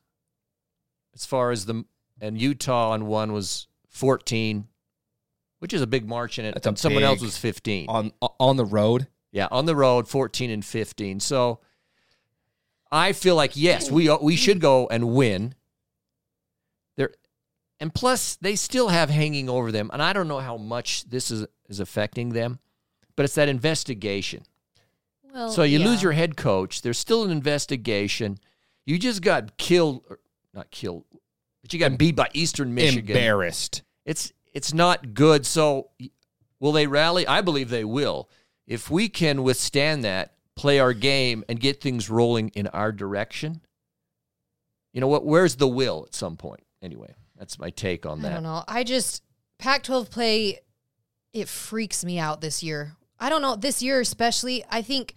Speaker 1: as far as the and Utah on one was 14, which is a big march in it.
Speaker 3: That's a
Speaker 1: and someone else
Speaker 3: big-
Speaker 1: was 15.
Speaker 3: on on the road.
Speaker 1: Yeah, on the road, 14 and 15. So I feel like yes, we uh, we should go and win. There, and plus they still have hanging over them, and I don't know how much this is is affecting them, but it's that investigation.
Speaker 2: Well,
Speaker 1: so you
Speaker 2: Oh, yeah.
Speaker 1: lose your head coach. There's still an investigation. You just got killed, or not killed, but you got beat by Eastern Michigan
Speaker 3: Embarrassed.
Speaker 1: it's it's not good. So will they rally? I believe they will. If we can withstand that, play our game and get things rolling in our direction. You know what? Where's the will at some point? Anyway, that's my take on
Speaker 2: I
Speaker 1: that.
Speaker 2: don't know. I just Pac-12 play it freaks me out this year. I don't know this year especially. I think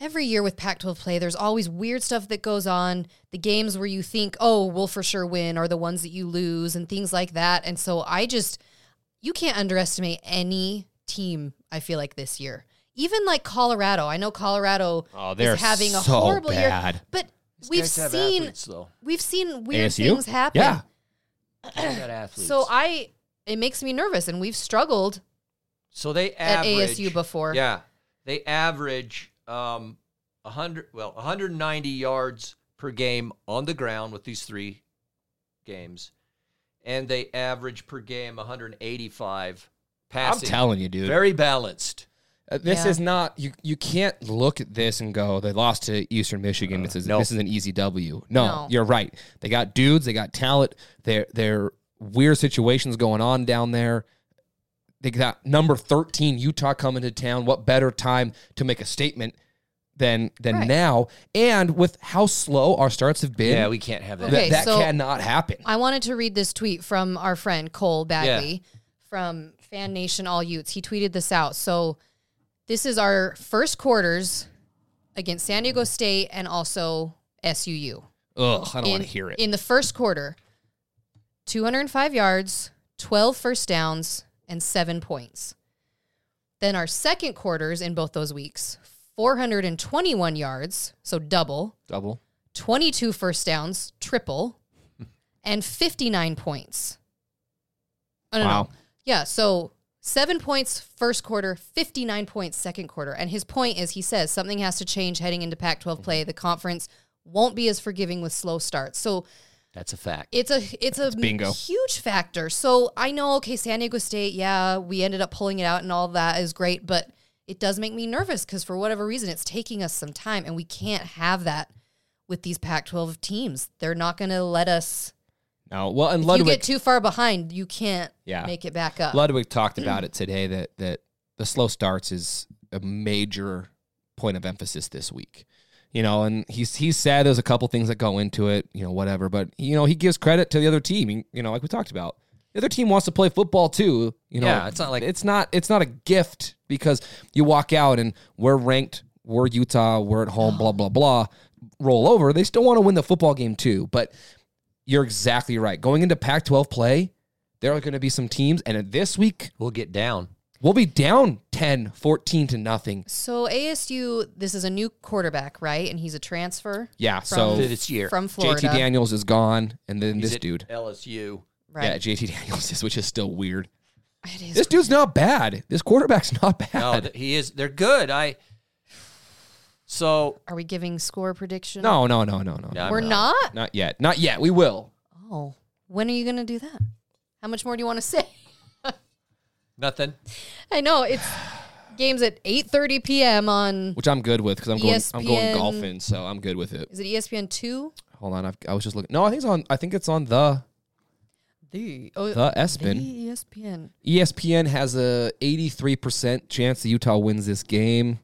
Speaker 2: every year with Pac-12 play there's always weird stuff that goes on. The games where you think, "Oh, we'll for sure win" are the ones that you lose and things like that. And so I just you can't underestimate any team, I feel like this year. Even like Colorado. I know Colorado
Speaker 3: Oh, they're
Speaker 2: is having a
Speaker 3: so
Speaker 2: horrible
Speaker 3: bad.
Speaker 2: year, but we've seen
Speaker 1: athletes, though.
Speaker 2: we've seen weird
Speaker 3: ASU?
Speaker 2: things happen.
Speaker 3: Yeah.
Speaker 1: They've got athletes.
Speaker 2: So I it makes me nervous. And we've struggled
Speaker 1: So they
Speaker 2: at
Speaker 1: average
Speaker 2: ASU before.
Speaker 1: Yeah, they average um, 100 well 190 yards per game on the ground with these three games, and they average per game 185
Speaker 3: I'm
Speaker 1: passing.
Speaker 3: telling you, dude.
Speaker 1: Very balanced.
Speaker 3: Uh, This
Speaker 2: Yeah.
Speaker 3: is not you. You can't look at this and go, "They lost to Eastern Michigan. this is
Speaker 1: no.
Speaker 3: this is an easy W." No,
Speaker 2: No.
Speaker 3: you're right. They got dudes. They got talent. There, there weird situations going on down there. They got number thirteen Utah coming to town. What better time to make a statement than than
Speaker 2: Right.
Speaker 3: now? And with how slow our starts have been,
Speaker 1: Yeah, we can't have that.
Speaker 3: th-
Speaker 2: Okay,
Speaker 3: that
Speaker 2: so-
Speaker 3: cannot happen.
Speaker 2: I wanted to read this tweet from our friend Cole Bagley from Fan Nation All Utes. He tweeted this out. So this is our first quarters against San Diego State and also SUU.
Speaker 3: Ugh, I don't
Speaker 2: in-
Speaker 3: want to hear it.
Speaker 2: In the first quarter, 205 yards, 12 first downs, and seven points. Then our second quarters in both those weeks, 421 yards, so double,
Speaker 3: Double.
Speaker 2: 22 first downs, triple, and 59 points. I don't
Speaker 3: Wow.
Speaker 2: know. Yeah, so seven points first quarter, 59 points second quarter. And his point is he says something has to change heading into Pac 12 play. The conference won't be as forgiving with slow starts. So
Speaker 1: That's a fact.
Speaker 2: it's a it's a
Speaker 3: bingo.
Speaker 2: huge factor. So I know okay, San Diego State, yeah, we ended up pulling it out and all that is great, but it does make me nervous because for whatever reason it's taking us some time and we can't have that with these Pac-12 teams. They're not going to let us.
Speaker 3: No. Well, and
Speaker 2: If you
Speaker 3: Ludwig.
Speaker 2: get too far behind, you can't
Speaker 3: Yeah.
Speaker 2: make it back up.
Speaker 3: Ludwig talked about it today that that the slow starts is a major point of emphasis this week. You know, and he's he said there's a couple things that go into it, you know, whatever, but you know, he gives credit to the other team, you- you know, like we talked about. The other team wants to play football too, you know.
Speaker 1: Yeah, it's not like-
Speaker 3: it's not it's not a gift because you walk out and we're ranked, we're Utah, we're at home, blah blah blah. Roll over, they still want to win the football game too, but you're exactly right. Going into Pac-12 play, there are going to be some teams, and this week
Speaker 1: We'll get down.
Speaker 3: we'll be down 10, 14 to nothing.
Speaker 2: So ASU, this is a new quarterback, right? And he's a transfer
Speaker 3: Yeah,
Speaker 1: To
Speaker 3: so
Speaker 1: this year.
Speaker 2: from Florida.
Speaker 3: JT Daniels is gone, and then
Speaker 1: He's
Speaker 3: this
Speaker 1: at
Speaker 3: dude.
Speaker 1: LSU.
Speaker 3: Yeah,
Speaker 2: right.
Speaker 3: JT Daniels is, which is still weird.
Speaker 2: It is
Speaker 3: This dude's not bad. This quarterback's not bad.
Speaker 1: No, th- he is. They're good. I. So
Speaker 2: Are we giving score prediction?
Speaker 3: no, no, no, no, no.
Speaker 1: No. I'm
Speaker 2: We're
Speaker 1: not.
Speaker 2: not?
Speaker 3: Not yet. Not yet. We will.
Speaker 2: Oh, when are you going to do that? How much more do you want to say?
Speaker 1: nothing.
Speaker 2: I know it's games at 8:30 p.m. on
Speaker 3: Which I'm good with because I'm going. I'm
Speaker 2: ESPN.
Speaker 3: going golfing, so I'm good with it.
Speaker 2: is it E ESPN two?
Speaker 3: Hold on, I've, I was just looking. No, I think it's on. I think it's on the
Speaker 2: The oh,
Speaker 3: the E ESPN.
Speaker 2: the ESPN.
Speaker 3: ESPN has a 83% chance that Utah wins this game.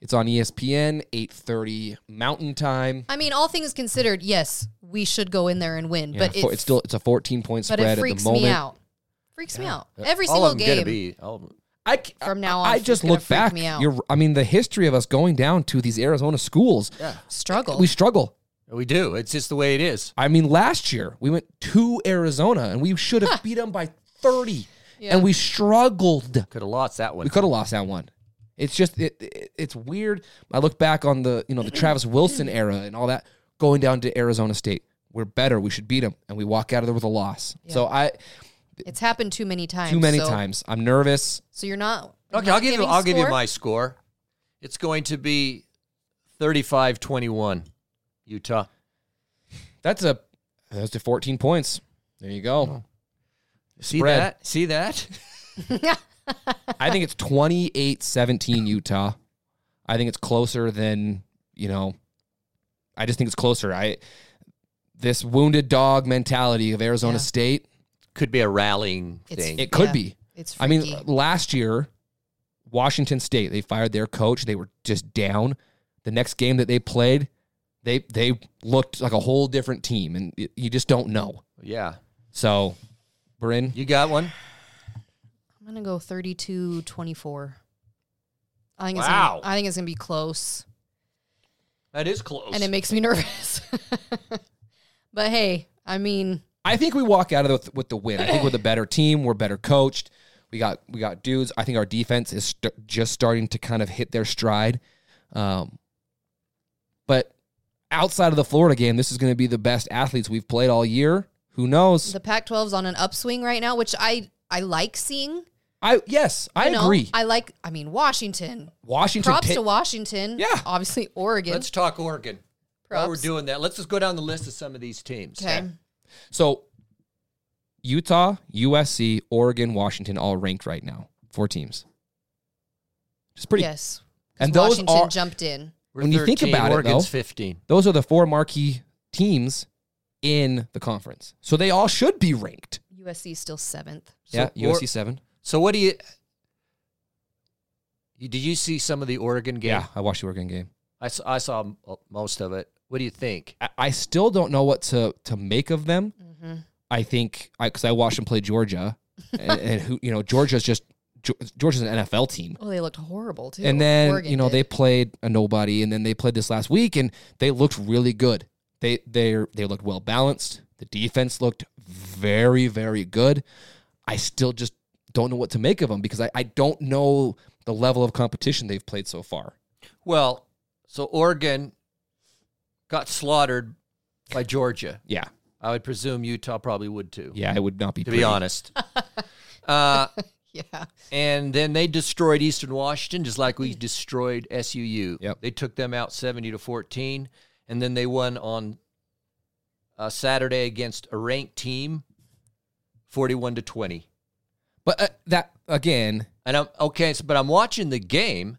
Speaker 3: It's on E ESPN, 8:30 Mountain Time.
Speaker 2: I mean, all things considered, yes, we should go in there and win, but
Speaker 3: Yeah, four-
Speaker 2: it,
Speaker 3: it's still it's a 14 point
Speaker 2: but
Speaker 3: spread
Speaker 2: it
Speaker 3: at the
Speaker 2: freaks
Speaker 3: moment.
Speaker 2: me out. Freaks me out every
Speaker 1: All
Speaker 2: single
Speaker 1: of them
Speaker 2: game.
Speaker 1: gonna be. all of 'em.
Speaker 3: I, c-
Speaker 2: From now
Speaker 3: I-
Speaker 2: on,
Speaker 3: I
Speaker 2: it's
Speaker 3: just
Speaker 2: gonna
Speaker 3: look
Speaker 2: freak
Speaker 3: back.
Speaker 2: me out.
Speaker 3: You're, I mean, the history of us going down to these Arizona schools,
Speaker 2: Struggle.
Speaker 3: we struggle.
Speaker 1: we do. It's just the way it is.
Speaker 3: I mean, last year we went to Arizona and we should have beat them by 30, and we struggled.
Speaker 1: Could have lost that one.
Speaker 3: We could have lost that one. It's just it, it, it's weird. I look back on the you know the Travis Wilson era and all that going down to Arizona State. We're better. We should beat them, and we walk out of there with a loss. So I
Speaker 2: it's happened too many times.
Speaker 3: too many
Speaker 2: so,
Speaker 3: times. I'm nervous.
Speaker 2: So you're not. you're
Speaker 1: Okay,
Speaker 2: not
Speaker 1: I'll give you.
Speaker 2: giving
Speaker 1: I'll give you
Speaker 2: score?
Speaker 1: my score. It's going to be 35-21, Utah.
Speaker 3: That's a that's to 14 points. There you go.
Speaker 1: See
Speaker 3: Spread.
Speaker 1: that? See that?
Speaker 3: I think it's 28-17 Utah. I think it's closer than you know. I just think it's closer. I this wounded dog mentality of Arizona
Speaker 2: Yeah.
Speaker 3: State.
Speaker 1: Could be a rallying
Speaker 2: It's-
Speaker 1: thing.
Speaker 3: It could
Speaker 2: Yeah.
Speaker 3: be.
Speaker 2: It's.
Speaker 3: I mean,
Speaker 2: Freaky.
Speaker 3: last year, Washington State they fired their coach. They were just down. The next game that they played, they they looked like a whole different team, and y- you just don't know.
Speaker 1: yeah.
Speaker 3: So, Bryn,
Speaker 1: You got one?
Speaker 2: I'm gonna go 32 24. I think
Speaker 1: Wow.
Speaker 2: it's gonna, I think it's gonna be close.
Speaker 1: That is close.
Speaker 2: And it makes me nervous. but hey, I mean
Speaker 3: I think we walk out of the, with the win. I think we're the better team. We're better coached. We got we got dudes. I think our defense is st- just starting to kind of hit their stride. Um, but outside of the Florida game, this is going to be the best athletes we've played all year. Who knows?
Speaker 2: the Pac 12's on an upswing right now, which I I like seeing.
Speaker 3: I yes, I
Speaker 2: you know,
Speaker 3: agree.
Speaker 2: I like. I mean, Washington.
Speaker 3: Washington.
Speaker 2: Props
Speaker 3: ta-
Speaker 2: to Washington.
Speaker 3: Yeah.
Speaker 2: Obviously, Oregon.
Speaker 1: Let's talk Oregon. While we're
Speaker 2: Props.
Speaker 1: doing that, let's just go down the list of some of these teams.
Speaker 2: okay.
Speaker 3: so Utah, USC, Oregon, Washington, all ranked right now. Four teams. It's pretty.
Speaker 2: Yes. 'Cause
Speaker 3: And those
Speaker 2: Washington
Speaker 3: are
Speaker 2: jumped in.
Speaker 1: We're
Speaker 3: When you think
Speaker 1: 13,
Speaker 3: about it,
Speaker 1: Oregon's
Speaker 3: though-
Speaker 1: 15.
Speaker 3: those are the four marquee teams in the conference. So they all should be ranked.
Speaker 2: USC still seventh.
Speaker 3: yeah,
Speaker 1: So Or-
Speaker 3: USC seven.
Speaker 1: So what do you? you- Did you see some of the Oregon game?
Speaker 3: Yeah, I watched the Oregon game.
Speaker 1: I saw, I saw m- most of it. What do you think?
Speaker 3: I, I still don't know what to to make of them. I think because I, watched them play Georgia, and, and who you know Georgia's just Ge- Georgia's an NFL team.
Speaker 2: Well, Oh, they looked horrible too.
Speaker 3: And then
Speaker 2: Oregon
Speaker 3: you know
Speaker 2: did.
Speaker 3: they played a nobody, and then they played this last week, and they looked really good. They they they looked well balanced. The defense looked very very good. I still just don't know what to make of them because I, I don't know the level of competition they've played so far.
Speaker 1: Well, so Oregon got slaughtered by Georgia.
Speaker 3: Yeah,
Speaker 1: I would presume Utah probably would too.
Speaker 3: yeah, it would not be
Speaker 1: To
Speaker 3: pretty.
Speaker 1: be honest. uh,
Speaker 2: Yeah.
Speaker 1: and then they destroyed Eastern Washington just like we destroyed SUU.
Speaker 3: Yep.
Speaker 1: They took them out 70 to 14 and then they won on uh, Saturday against a ranked team 41 to 20.
Speaker 3: But uh, that again,
Speaker 1: And I'm okay, so, but I'm watching the game.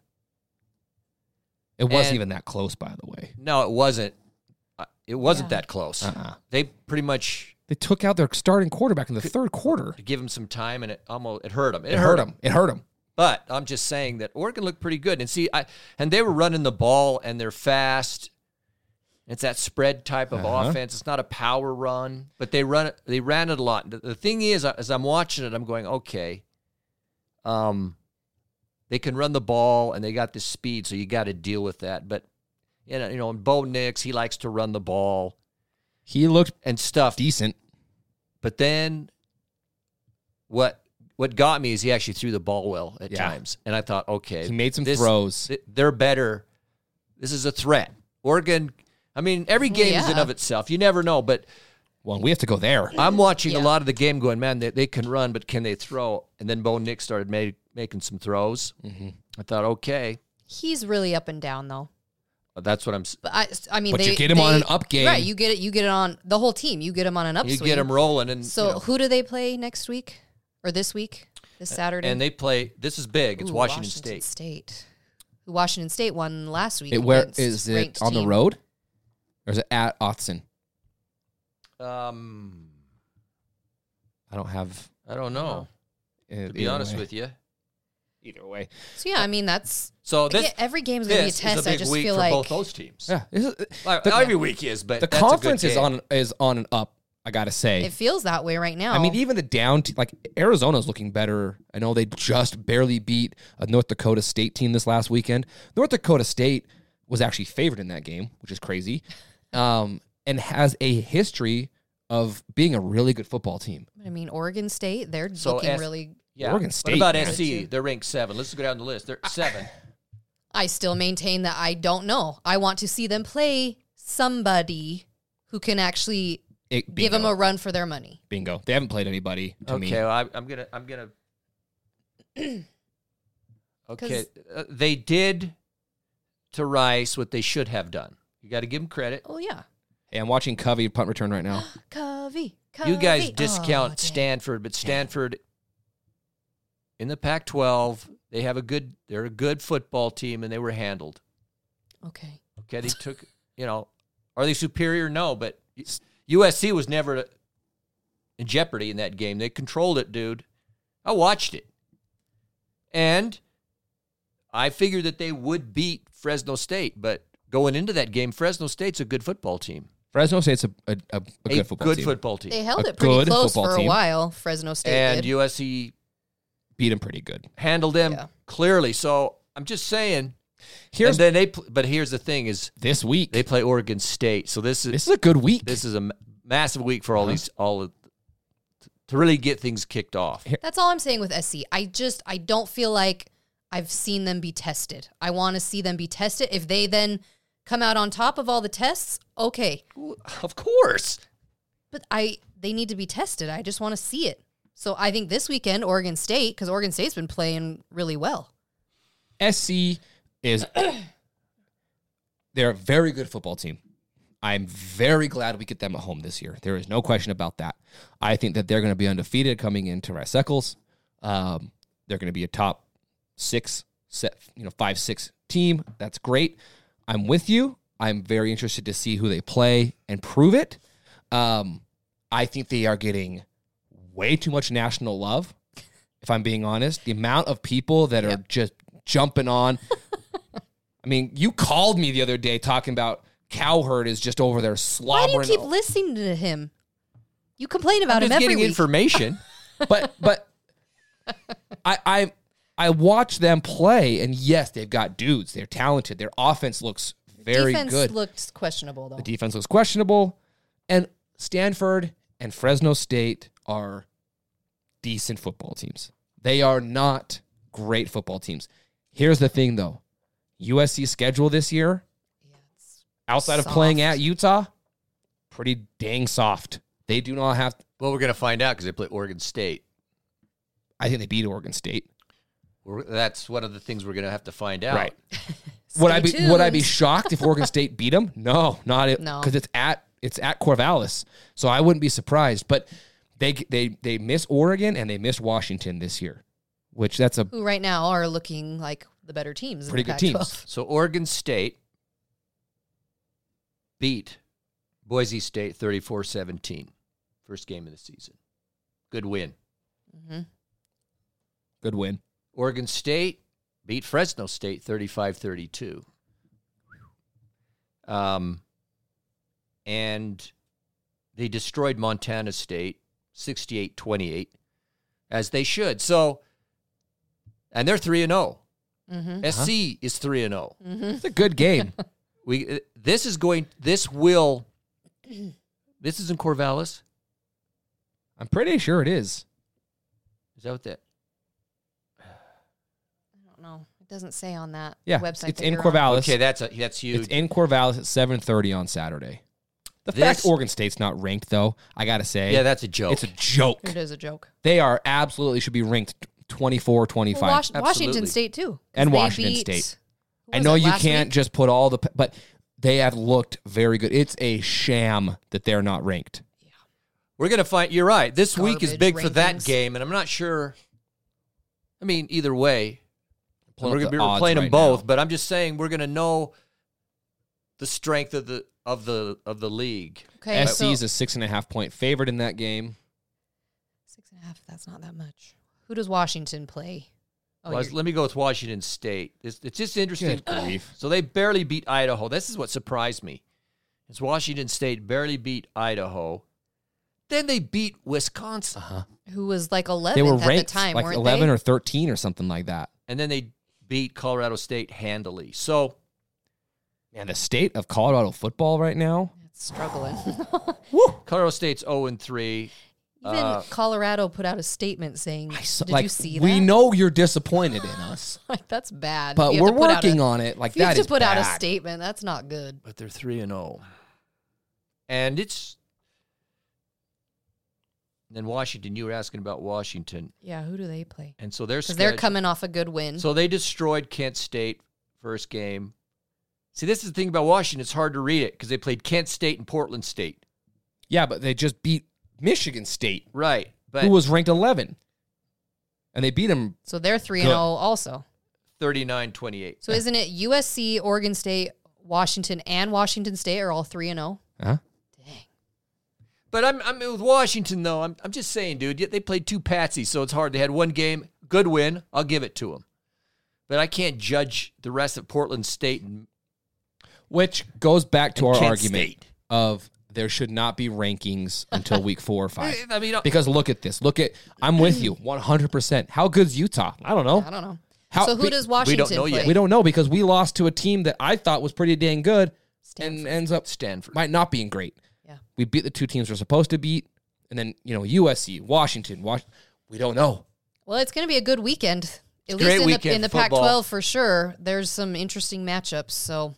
Speaker 3: it wasn't
Speaker 1: And-
Speaker 3: even that close, by the way.
Speaker 1: No, it wasn't. uh, It wasn't that close.
Speaker 3: Uh-uh.
Speaker 1: They pretty much
Speaker 3: They took out their starting quarterback in the third quarter.
Speaker 1: give him some time, and it almost it hurt him. It,
Speaker 3: It
Speaker 1: hurt
Speaker 3: hurt
Speaker 1: him.
Speaker 3: them. It hurt them.
Speaker 1: But I'm just saying that Oregon looked pretty good. And see, I and they were running the ball and they're fast. It's that spread type of
Speaker 3: Uh-huh.
Speaker 1: offense. It's not a power run, but they run it. They ran it a lot. The, the thing is, as I'm watching it, I'm going, okay. Um, they can run the ball and they got this speed, so you got to deal with that. But you know, you know, and Bo Nix, he likes to run the ball
Speaker 3: He looked
Speaker 1: and stuff.
Speaker 3: decent.
Speaker 1: But then what what got me is he actually threw the ball well at
Speaker 3: Yeah.
Speaker 1: times. And I thought, okay.
Speaker 3: He made some
Speaker 1: this-
Speaker 3: throws.
Speaker 1: th- they're better. This is a threat. Oregon, I mean, every game is in
Speaker 2: Oh, yeah.
Speaker 1: of itself. You never know, but
Speaker 3: Well, we have to go there.
Speaker 1: I'm watching a
Speaker 2: Yeah.
Speaker 1: lot of the game going, man, they, they can run, but can they throw? And then Bo Nick started ma- making some throws.
Speaker 3: Mm-hmm.
Speaker 1: I thought, okay,
Speaker 2: He's really up and down though.
Speaker 1: that's what I'm. s-
Speaker 2: But I, I mean,
Speaker 3: But you
Speaker 2: they-
Speaker 3: get him on
Speaker 2: they-
Speaker 3: an up game.
Speaker 2: right? You get it. You get it on the whole team. You get him on an
Speaker 1: You
Speaker 2: upswing.
Speaker 1: get them rolling, and
Speaker 2: So
Speaker 1: you know,
Speaker 2: who do they play next week or this week? This Saturday.
Speaker 1: and they play. This is big. It's
Speaker 2: Ooh,
Speaker 1: Washington, State.
Speaker 2: State. Who Washington State won last week.
Speaker 3: It, where
Speaker 2: against
Speaker 3: is it
Speaker 2: ranked
Speaker 3: on the
Speaker 2: team.
Speaker 3: road? Or is it at Otson?
Speaker 1: Um,
Speaker 3: I don't have.
Speaker 1: I don't
Speaker 3: Uh-huh.
Speaker 1: know. To be honest with you.
Speaker 3: either way.
Speaker 2: So yeah, I mean that's
Speaker 1: So this
Speaker 2: yeah, every game's gonna
Speaker 1: this
Speaker 2: be a
Speaker 1: is
Speaker 2: test.
Speaker 1: a big
Speaker 2: I just
Speaker 1: week
Speaker 2: feel
Speaker 1: for
Speaker 2: like
Speaker 1: both those teams.
Speaker 3: Yeah, this is-
Speaker 1: Like,
Speaker 3: the,
Speaker 1: every week is, but
Speaker 3: the
Speaker 1: that's a good
Speaker 3: conference is
Speaker 1: game.
Speaker 3: on is on an up. I gotta say.
Speaker 2: it feels that way right now.
Speaker 3: I mean, even the down t- like Arizona's looking better. I know they just barely beat a North Dakota State team this last weekend. North Dakota State was actually favored in that game, which is crazy, um, and has a history of being a really good football team.
Speaker 2: I mean Oregon State, they're
Speaker 1: So
Speaker 2: looking
Speaker 1: as-
Speaker 2: really.
Speaker 1: Yeah.
Speaker 3: Oregon State,
Speaker 1: What
Speaker 3: man. Ah.
Speaker 1: about SC? They're ranked seven. Let's go down the list. They're seven.
Speaker 2: I still maintain that I don't know. I want to see them play somebody who can actually
Speaker 3: It- bingo,
Speaker 2: give them a run for their money.
Speaker 3: bingo. They haven't played anybody. To
Speaker 1: okay,
Speaker 3: me.
Speaker 1: well, I, I'm gonna. I'm gonna. okay,
Speaker 2: 'Cause-
Speaker 1: uh, they did to Rice what they should have done. You got to give them credit.
Speaker 2: Oh yeah,
Speaker 3: Hey, I'm watching Covey punt return right now.
Speaker 2: Covey.
Speaker 1: You guys
Speaker 2: Covey.
Speaker 1: discount
Speaker 2: Oh, dang.
Speaker 1: Stanford, but Stanford in the Pac-12, they have a good. They're a good football team, and they were handled.
Speaker 2: Okay.
Speaker 1: Okay, they took. You know, are they superior? No, but USC was never in jeopardy in that game. They controlled it, dude. I watched it, and I figured that they would beat Fresno State. But going into that game, Fresno State's a good football team.
Speaker 3: Fresno State's a a, a, a
Speaker 1: A
Speaker 3: good football team.
Speaker 2: They held
Speaker 3: A
Speaker 2: it pretty
Speaker 3: good
Speaker 2: close
Speaker 3: football
Speaker 2: for
Speaker 3: team.
Speaker 2: a while. Fresno State
Speaker 1: and
Speaker 2: did.
Speaker 1: USC
Speaker 3: Beat him pretty good.
Speaker 1: handled them
Speaker 2: Yeah.
Speaker 1: clearly. So I'm just saying.
Speaker 3: Here's
Speaker 1: and then they, pl- but here's the thing: is
Speaker 3: this week.
Speaker 1: they play Oregon State. So this is
Speaker 3: this is a good week.
Speaker 1: this is a m- massive week for all these all of, to really get things kicked off.
Speaker 2: That's all I'm saying with SC. I just I don't feel like I've seen them be tested. I want to see them be tested. If they then come out on top of all the tests, okay.
Speaker 1: Of course,
Speaker 2: But I they need to be tested. I just want to see it. So I think this weekend, Oregon State, because Oregon State's been playing really well.
Speaker 3: SC is they're a very good football team. I'm very glad we get them at home this year. There is no question about that. I think that they're going to be undefeated coming into Rice Eccles. Um, they're going to be a top six, set, you know, five six team. That's great. I'm with you. I'm very interested to see who they play and prove it. Um, I think they are getting way too much national love. If I'm being honest, the amount of people that are just jumping on. I mean, you called me the other day talking about Cowherd is just over there
Speaker 2: Why
Speaker 3: slobbering.
Speaker 2: do you keep listening to him? You complain about
Speaker 1: I'm
Speaker 2: him
Speaker 1: just
Speaker 2: every
Speaker 1: getting
Speaker 2: week.
Speaker 1: information.
Speaker 3: but but I I I watch them play, and yes, they've got dudes. They're talented. Their offense looks very
Speaker 2: Defense
Speaker 3: good.
Speaker 2: looked questionable though.
Speaker 3: the defense looks questionable, and Stanford and Fresno State are decent football teams. They are not great football teams. Here's the thing, though: USC schedule this year, outside of playing
Speaker 2: Soft.
Speaker 3: at Utah, pretty dang soft. They do not have.
Speaker 1: well, we're going to find out because they play Oregon State.
Speaker 3: I think they beat Oregon State.
Speaker 1: We're, that's one of the things we're going to have to find out.
Speaker 3: Right. would I be
Speaker 2: Stay
Speaker 3: would I be
Speaker 2: tuned.
Speaker 3: shocked if Oregon State beat them? No, not it.
Speaker 2: No.
Speaker 3: because it's at it's at Corvallis, so I wouldn't be surprised. But they they they miss Oregon and they miss Washington this year, which that's a
Speaker 2: Who right now are looking like the better teams.
Speaker 3: pretty
Speaker 2: in the
Speaker 3: good team.
Speaker 2: Pac-12.
Speaker 1: So Oregon State beat Boise State 34-17. First game of the season. Good win.
Speaker 3: Good win.
Speaker 1: Oregon State beat Fresno State 35-32. Um, and they destroyed Montana State 68-28 as they should. So and they're 3 and 0.
Speaker 2: Mm-hmm.
Speaker 1: SC is 3 and 0.
Speaker 3: It's a good game.
Speaker 1: We uh, this is going this will this is in Corvallis.
Speaker 3: I'm pretty sure it is.
Speaker 1: Is that what that?
Speaker 2: I don't know. It doesn't say on that
Speaker 3: Yeah,
Speaker 2: website. that
Speaker 3: it's in
Speaker 2: you're on.
Speaker 3: Corvallis.
Speaker 1: Okay, that's a, that's huge.
Speaker 3: It's in Corvallis at 7:30 on Saturday. The fact
Speaker 1: This-
Speaker 3: Oregon State's not ranked though, I gotta say,
Speaker 1: yeah, that's a joke.
Speaker 3: it's a joke.
Speaker 2: It is a joke.
Speaker 3: They are absolutely should be ranked 24, 25.
Speaker 2: Well, Wash- Washington
Speaker 1: Absolutely.
Speaker 2: State too. 'cause
Speaker 3: And
Speaker 2: they
Speaker 3: Washington
Speaker 2: beat-
Speaker 3: State.
Speaker 2: who
Speaker 3: I
Speaker 2: was
Speaker 3: know
Speaker 2: it,
Speaker 3: you
Speaker 2: last
Speaker 3: can't
Speaker 2: week?
Speaker 3: just put all the, but they have looked very good. It's a sham that they're not ranked.
Speaker 1: We're gonna find. You're right. This week is
Speaker 2: Garbage
Speaker 1: big for that
Speaker 2: rankings.
Speaker 1: game, and I'm not sure. I mean, either way,
Speaker 3: Pull
Speaker 1: we're
Speaker 3: up
Speaker 1: gonna
Speaker 3: the
Speaker 1: be
Speaker 3: odds
Speaker 1: we're playing them
Speaker 3: right
Speaker 1: both.
Speaker 3: now.
Speaker 1: But I'm just saying we're gonna know the strength of the of the of the league.
Speaker 2: Okay,
Speaker 3: SC
Speaker 2: so
Speaker 3: is a six and a half point favorite in that game.
Speaker 2: six and a half. That's not that much. Who does Washington play? Oh,
Speaker 1: Was-
Speaker 2: you're-
Speaker 1: let me go with Washington State. It's, it's just interesting.
Speaker 3: Good grief.
Speaker 1: So they barely beat Idaho. This is what surprised me. Is Washington State barely beat Idaho? Then they beat Wisconsin,
Speaker 3: Uh-huh.
Speaker 2: who was like 11th
Speaker 3: They were
Speaker 2: at the
Speaker 3: ranked
Speaker 2: time,
Speaker 3: like
Speaker 2: weren't
Speaker 3: 11
Speaker 2: they?
Speaker 3: or 13 or something like that.
Speaker 1: and then they beat Colorado State handily. So
Speaker 3: Man, the state of Colorado football right now.
Speaker 2: It's struggling.
Speaker 1: Colorado State's zero and three.
Speaker 2: Even
Speaker 1: Uh,
Speaker 2: Colorado put out a statement saying,
Speaker 3: I saw-
Speaker 2: "Did
Speaker 3: like,
Speaker 2: you see that?"
Speaker 3: We know you're disappointed in us,
Speaker 2: like that's bad.
Speaker 3: but
Speaker 2: If you have
Speaker 3: we're
Speaker 2: to put out
Speaker 3: working
Speaker 2: a-
Speaker 3: on it. Like
Speaker 2: If you
Speaker 3: that
Speaker 2: have to
Speaker 3: is
Speaker 2: put out a
Speaker 3: bad.
Speaker 2: statement, that's not good.
Speaker 1: but they're three and oh. zero, and it's. And then Washington, you were asking about Washington,
Speaker 2: Yeah, who do they play?
Speaker 1: and so they're
Speaker 2: Because they're coming off a good win.
Speaker 1: So they destroyed Kent State first game. See, this is the thing about Washington; it's hard to read it because they played Kent State and Portland State,
Speaker 3: Yeah, but they just beat Michigan State,
Speaker 1: right? But
Speaker 3: who was ranked 11, and they beat them.
Speaker 2: so they're three and
Speaker 3: Good.
Speaker 2: zero also.
Speaker 1: 39-28.
Speaker 2: So isn't it USC, Oregon State, Washington, and Washington State are all three and oh? zero?
Speaker 3: Huh?
Speaker 1: But I'm, I'm with Washington though. I'm, I'm just saying, dude. Yet they played two patsies, so it's hard. They had one game, good win. I'll give it to them. But I can't judge the rest of Portland State and
Speaker 3: Which goes back to
Speaker 1: And
Speaker 3: our
Speaker 1: Kent
Speaker 3: argument
Speaker 1: State.
Speaker 3: of there should not be rankings until week four or five.
Speaker 1: I mean, I-
Speaker 3: because look at this. Look at I'm with you 100. percent How good's Utah? I don't know.
Speaker 2: I don't know.
Speaker 3: How-
Speaker 2: so who
Speaker 3: we-
Speaker 2: does
Speaker 1: don't
Speaker 2: Washington
Speaker 1: know yet.
Speaker 2: play?
Speaker 3: We don't know because we lost to a team that I thought was pretty dang good and
Speaker 2: Stanford.
Speaker 3: ends up
Speaker 1: Stanford.
Speaker 3: might not being great.
Speaker 2: Yeah.
Speaker 3: We beat the two teams we're supposed to beat, and then you know USC, Washington, Wash. We don't know.
Speaker 2: Well, it's going to be a good weekend. At
Speaker 1: great
Speaker 2: least in the,
Speaker 1: weekend
Speaker 2: in the
Speaker 1: for football.
Speaker 2: Pac-12 for sure. There's some interesting matchups. So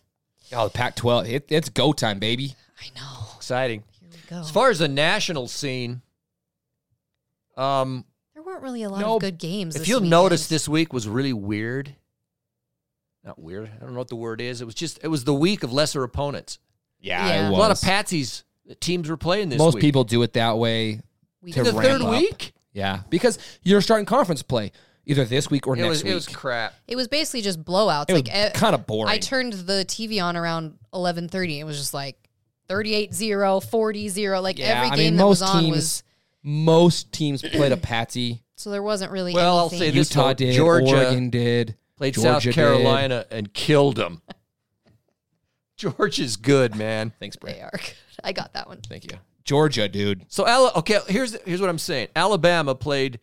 Speaker 3: Oh, the Pac-12, it, it's go time, baby.
Speaker 2: I know.
Speaker 1: exciting.
Speaker 2: Here we go.
Speaker 1: As far as the national scene, Um,
Speaker 2: There weren't really a lot
Speaker 3: No,
Speaker 2: of good games.
Speaker 1: if
Speaker 2: this
Speaker 1: you'll
Speaker 2: weekend.
Speaker 1: notice, this week was really weird. Not weird. I don't know what the word is. It was just it was the week of lesser opponents.
Speaker 3: Yeah,
Speaker 2: Yeah.
Speaker 3: it
Speaker 1: A
Speaker 3: was.
Speaker 1: lot of patsies that teams were playing this
Speaker 3: Most
Speaker 1: week.
Speaker 3: people do it that way.
Speaker 2: we
Speaker 3: to
Speaker 1: in the
Speaker 3: ramp
Speaker 1: third
Speaker 3: up.
Speaker 1: week.
Speaker 3: Yeah, because you're starting conference play either this week or
Speaker 1: It
Speaker 3: next
Speaker 1: was
Speaker 3: week.
Speaker 1: it was crap.
Speaker 2: It was basically just blowouts.
Speaker 3: It was
Speaker 2: like eh,
Speaker 3: kind of boring.
Speaker 2: I turned the TV on around 11:30. It was just like 38-0, 40-0. Like every game that was on
Speaker 3: teams,
Speaker 2: was
Speaker 3: most teams played a patsy.
Speaker 2: so there wasn't really.
Speaker 1: Well, I'll
Speaker 2: anything.
Speaker 1: say this
Speaker 3: Utah
Speaker 1: though,
Speaker 3: did,
Speaker 1: Georgia
Speaker 3: Oregon did,
Speaker 1: played
Speaker 3: Georgia
Speaker 1: South
Speaker 3: did.
Speaker 1: Carolina and killed them. Georgia's good, man.
Speaker 3: Thanks, Brad.
Speaker 2: they are. Good. I got that one.
Speaker 3: Thank you, Georgia, dude.
Speaker 1: So Ala- okay, here's here's what I'm saying. Alabama played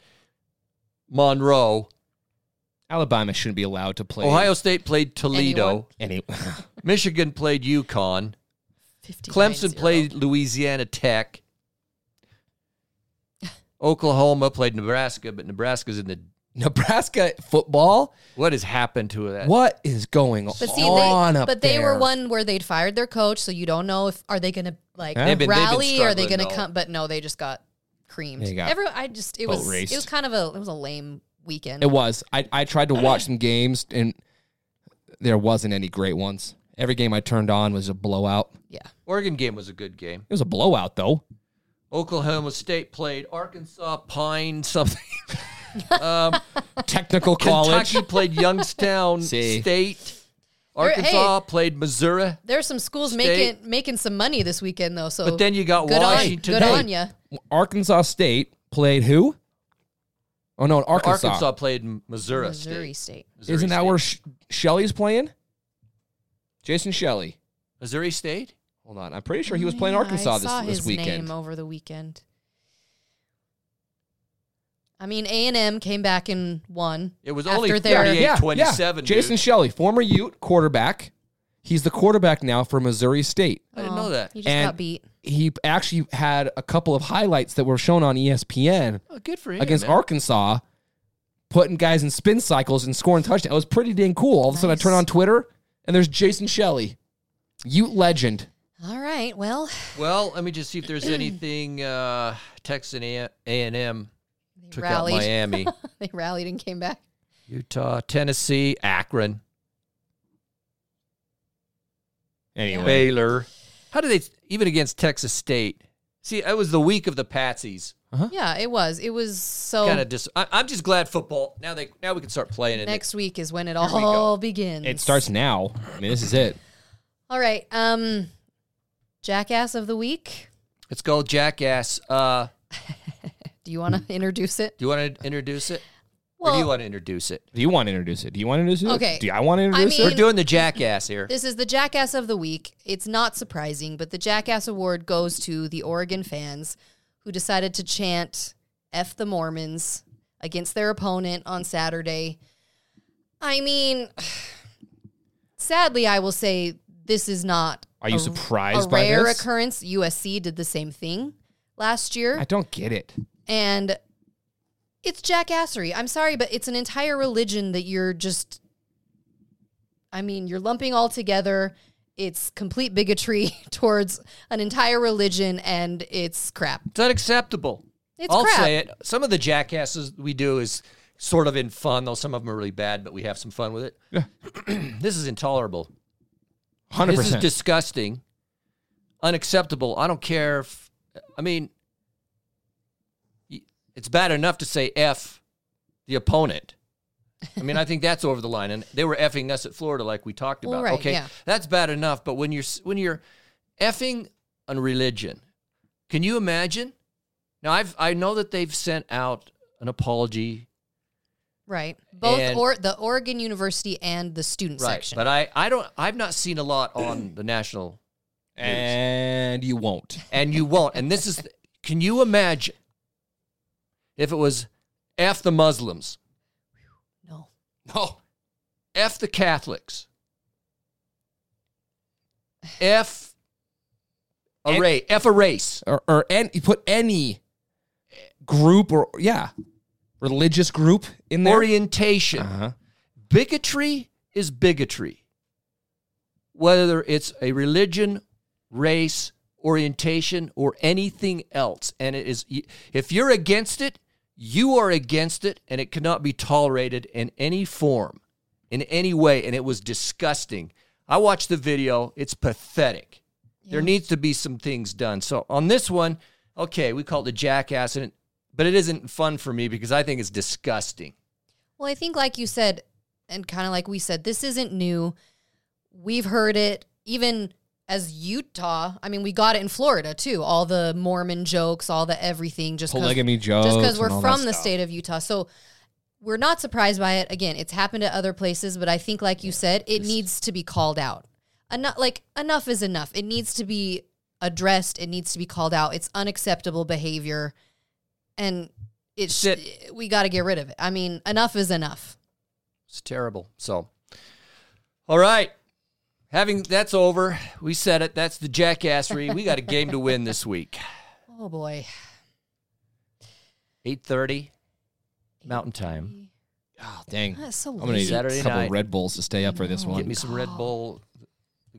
Speaker 1: Monroe.
Speaker 3: Alabama shouldn't be allowed to play.
Speaker 1: Ohio State played Toledo.
Speaker 2: Anyone?
Speaker 3: any.
Speaker 1: Michigan played Yukon.
Speaker 2: 59-0.
Speaker 1: Clemson played Louisiana Tech. Oklahoma played Nebraska, but Nebraska's in the
Speaker 3: Nebraska football.
Speaker 1: what has happened to that?
Speaker 3: What is going
Speaker 2: But see,
Speaker 3: on
Speaker 2: they,
Speaker 3: up
Speaker 2: but they
Speaker 3: there?
Speaker 2: were one where they'd fired their coach, so you don't know if are they going to like
Speaker 3: They've
Speaker 1: been- they've been
Speaker 2: rally? are they
Speaker 1: struggling,
Speaker 2: going to
Speaker 1: though.
Speaker 2: come? But no, they just got creamed.
Speaker 3: They got
Speaker 2: Every, I just it
Speaker 3: boat
Speaker 2: was
Speaker 3: raced.
Speaker 2: it was kind of a it was a lame weekend.
Speaker 3: It was. I I tried to watch some games and there wasn't any great ones. Every game I turned on was a blowout.
Speaker 2: yeah,
Speaker 1: Oregon game was a good game.
Speaker 3: It was a blowout though.
Speaker 1: Oklahoma State played Arkansas Pine something.
Speaker 3: Technical college.
Speaker 1: Kentucky played Youngstown
Speaker 3: See.
Speaker 1: State.
Speaker 2: There-
Speaker 1: Arkansas played Missouri.
Speaker 2: there are some schools
Speaker 1: State.
Speaker 2: making making some money this weekend though. So
Speaker 1: But then you got
Speaker 2: good on
Speaker 1: Washington.
Speaker 2: good
Speaker 1: Hey,
Speaker 2: on you.
Speaker 3: Arkansas State played who? Oh no, Arkansas.
Speaker 1: Arkansas. played M- Missouri.
Speaker 2: Missouri
Speaker 1: State.
Speaker 2: State.
Speaker 1: Missouri
Speaker 3: Isn't that
Speaker 1: State.
Speaker 3: where Sh- Shelly's playing? Jason Shelley.
Speaker 1: Missouri State?
Speaker 3: Hold on, I'm pretty sure he was
Speaker 2: Oh,
Speaker 3: playing
Speaker 2: yeah,
Speaker 3: Arkansas
Speaker 2: I saw
Speaker 3: this, this
Speaker 2: his
Speaker 3: weekend.
Speaker 2: Name over the weekend. I mean, A and M came back and won.
Speaker 1: It was
Speaker 2: After
Speaker 1: only
Speaker 2: their-
Speaker 1: 38 27.
Speaker 3: Jason Shelley, former Ute quarterback. He's the quarterback now for Missouri State.
Speaker 1: I didn't
Speaker 2: Oh,
Speaker 1: know that.
Speaker 2: You just
Speaker 3: And-
Speaker 2: got beat.
Speaker 3: He actually had a couple of highlights that were shown on E ESPN
Speaker 1: Oh, good for him.
Speaker 3: against
Speaker 1: man.
Speaker 3: Arkansas, putting guys in spin cycles and scoring touchdowns. It was pretty dang cool. All of a sudden, I turn
Speaker 2: Nice.
Speaker 3: on Twitter and there's Jason Shelley, Ute legend.
Speaker 2: All right. Well,
Speaker 1: Well, let me just see if there's anything uh, Texan A and M
Speaker 2: they
Speaker 1: took
Speaker 2: rallied.
Speaker 1: out Miami,
Speaker 2: they rallied and came back.
Speaker 1: Utah, Tennessee, Akron,
Speaker 3: Anyway,
Speaker 1: Baylor. How do they even against Texas State? See, it was the week of the Patsies.
Speaker 2: Yeah, it was. It was so.
Speaker 1: Kind of dis- I- I'm just glad football. Now they now we can start playing it.
Speaker 2: next week is when it
Speaker 1: we go.
Speaker 2: all begins.
Speaker 3: it starts now. I mean, this is it.
Speaker 2: All right. Um, jackass of the week.
Speaker 1: Let's go, jackass. Uh,
Speaker 2: Do you want to introduce it?
Speaker 1: do you want to introduce it? or do Hmm. you
Speaker 2: Well,
Speaker 1: want to introduce it?
Speaker 3: Do you want to introduce it? Do you want to introduce it?
Speaker 2: Okay.
Speaker 3: Do I want to introduce
Speaker 2: mean-
Speaker 1: We're doing the jackass here.
Speaker 2: this is the jackass of the week. It's not surprising, but the jackass award goes to the Oregon fans who decided to chant "F the Mormons" against their opponent on Saturday. I mean, sadly, I will say this is not
Speaker 3: Are you
Speaker 2: a-
Speaker 3: surprised
Speaker 2: a
Speaker 3: by
Speaker 2: rare
Speaker 3: this?
Speaker 2: occurrence. USC did the same thing last year,
Speaker 3: it? I don't get it.
Speaker 2: and it's jackassery. I'm sorry, but it's an entire religion that you're just. I mean, you're lumping all together. It's complete bigotry towards an entire religion, and it's crap.
Speaker 1: It's unacceptable.
Speaker 2: It's
Speaker 1: I'll
Speaker 2: crap.
Speaker 1: say it. Some of the jackasses we do is sort of in fun, though some of them are really bad, but we have some fun with it.
Speaker 3: Yeah.
Speaker 1: this is intolerable.
Speaker 3: Hundred
Speaker 1: This is
Speaker 3: percent.
Speaker 1: disgusting, unacceptable. I don't care if, I mean, y- it's bad enough to say F the opponent. I mean, I think that's over the line, and they were effing us at Florida, like we talked
Speaker 2: Well,
Speaker 1: about.
Speaker 2: right,
Speaker 1: okay,
Speaker 2: yeah.
Speaker 1: that's bad enough, but when you're s- when you're effing on religion, can you imagine? Now, I've I know that they've sent out an apology,
Speaker 2: Right. Both
Speaker 1: And-
Speaker 2: or the Oregon University and the student section.
Speaker 1: But I I don't I've not seen a lot on the national
Speaker 3: And you won't.
Speaker 1: and you won't. And this is, can you imagine if it was F the Muslims,
Speaker 2: no.
Speaker 3: No.
Speaker 1: F the Catholics, F a
Speaker 3: And-
Speaker 1: race, F a race,
Speaker 3: Or or and you put any group or yeah, religious group in there.
Speaker 1: orientation.
Speaker 3: Uh-huh.
Speaker 1: Bigotry is bigotry, whether it's a religion, race, orientation, or anything else. And it is, if you're against it, You are against it, and it cannot be tolerated in any form, in any way. And it was disgusting. I watched the video, it's pathetic. There needs to be some things done. So on this one, okay, we call it the jackass, and it- but it isn't fun for me because I think it's disgusting.
Speaker 2: Well, I think, like you said, and kind of like we said, this isn't new. We've heard it even as Utah. I mean, we got it in Florida too. All the Mormon jokes, all the everything, just 'cause-
Speaker 3: polygamy jokes.
Speaker 2: just because we're
Speaker 3: and all
Speaker 2: from
Speaker 3: that
Speaker 2: the
Speaker 3: stuff.
Speaker 2: state of Utah. So we're not surprised by it. Again, it's happened at other places, but I think, like you said, it needs to be called out. Enough, like enough is enough. It needs to be addressed. It needs to be called out. It's unacceptable behavior, and it's
Speaker 1: That's
Speaker 2: we got to get rid of it. I mean, enough is enough.
Speaker 1: It's terrible. So, all right. Having that's over, we said it. That's the jackassery. We got a game to win this week.
Speaker 2: Oh boy,
Speaker 1: Eight thirty, Mountain Time.
Speaker 3: Oh, dang.
Speaker 2: that's so.
Speaker 3: I'm gonna need
Speaker 2: late.
Speaker 1: Saturday
Speaker 3: a couple
Speaker 1: night.
Speaker 3: Red Bulls to stay up for this
Speaker 2: know.
Speaker 1: Get
Speaker 3: one.
Speaker 1: me some Red Bull,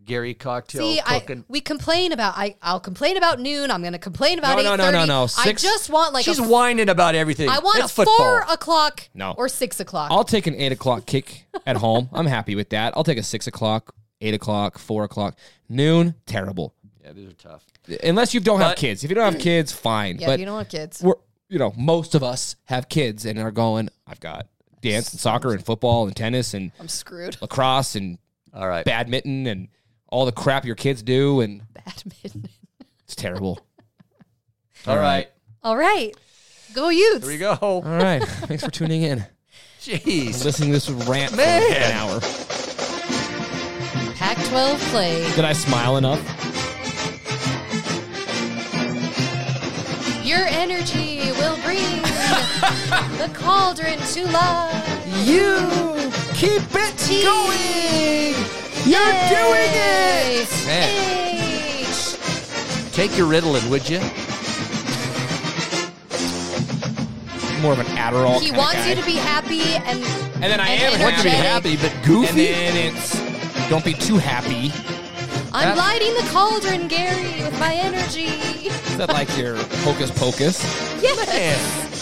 Speaker 1: Gary cocktail
Speaker 2: See, I
Speaker 1: cooking.
Speaker 2: we complain about I. I'll complain about noon. I'm gonna complain about
Speaker 3: No, no, no, no,
Speaker 2: 8:30.
Speaker 3: no.
Speaker 2: I
Speaker 3: Six-
Speaker 2: just want like
Speaker 1: She's
Speaker 2: a
Speaker 1: whining about everything.
Speaker 2: I want
Speaker 1: it's
Speaker 2: a
Speaker 1: football.
Speaker 2: four o'clock
Speaker 3: No.
Speaker 2: or six o'clock.
Speaker 3: I'll take an eight o'clock kick at home. I'm happy with that. I'll take a six o'clock, eight o'clock, four o'clock, noon. Terrible.
Speaker 1: yeah, these are tough.
Speaker 3: Unless you don't have
Speaker 1: But-
Speaker 3: kids. If you don't have kids, fine.
Speaker 2: yeah,
Speaker 3: but
Speaker 2: if you don't have kids.
Speaker 3: we're you know most of us have kids and are going. I've got dance and soccer and football and tennis and
Speaker 2: I'm screwed.
Speaker 3: lacrosse and
Speaker 1: All right.
Speaker 3: badminton and all the crap your kids do and
Speaker 2: Badminton.
Speaker 3: it's terrible.
Speaker 1: All right.
Speaker 2: All right. Go youth.
Speaker 1: Here we go.
Speaker 3: all right, thanks for tuning in.
Speaker 1: Jeez.
Speaker 3: Listening to this rant for
Speaker 1: Man.
Speaker 3: an hour.
Speaker 2: Pac 12 play.
Speaker 3: Did I smile enough?
Speaker 2: Your energy will bring the cauldron to life.
Speaker 3: You keep it going. You're doing it.
Speaker 1: Man.
Speaker 2: H.
Speaker 1: Take your Ritalin, would you?
Speaker 3: More of an Adderall.
Speaker 2: He
Speaker 3: kinda
Speaker 2: wants
Speaker 3: guy.
Speaker 2: you to be happy and
Speaker 3: And then I
Speaker 2: and
Speaker 3: am
Speaker 1: I want you to be happy,
Speaker 2: energetic.
Speaker 1: but
Speaker 3: And
Speaker 1: goofy.
Speaker 3: then it's don't be too happy.
Speaker 1: That-
Speaker 2: I'm lighting the cauldron, Gary, with my energy.
Speaker 3: Is that like your hocus pocus?
Speaker 2: Yes.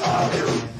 Speaker 1: Man.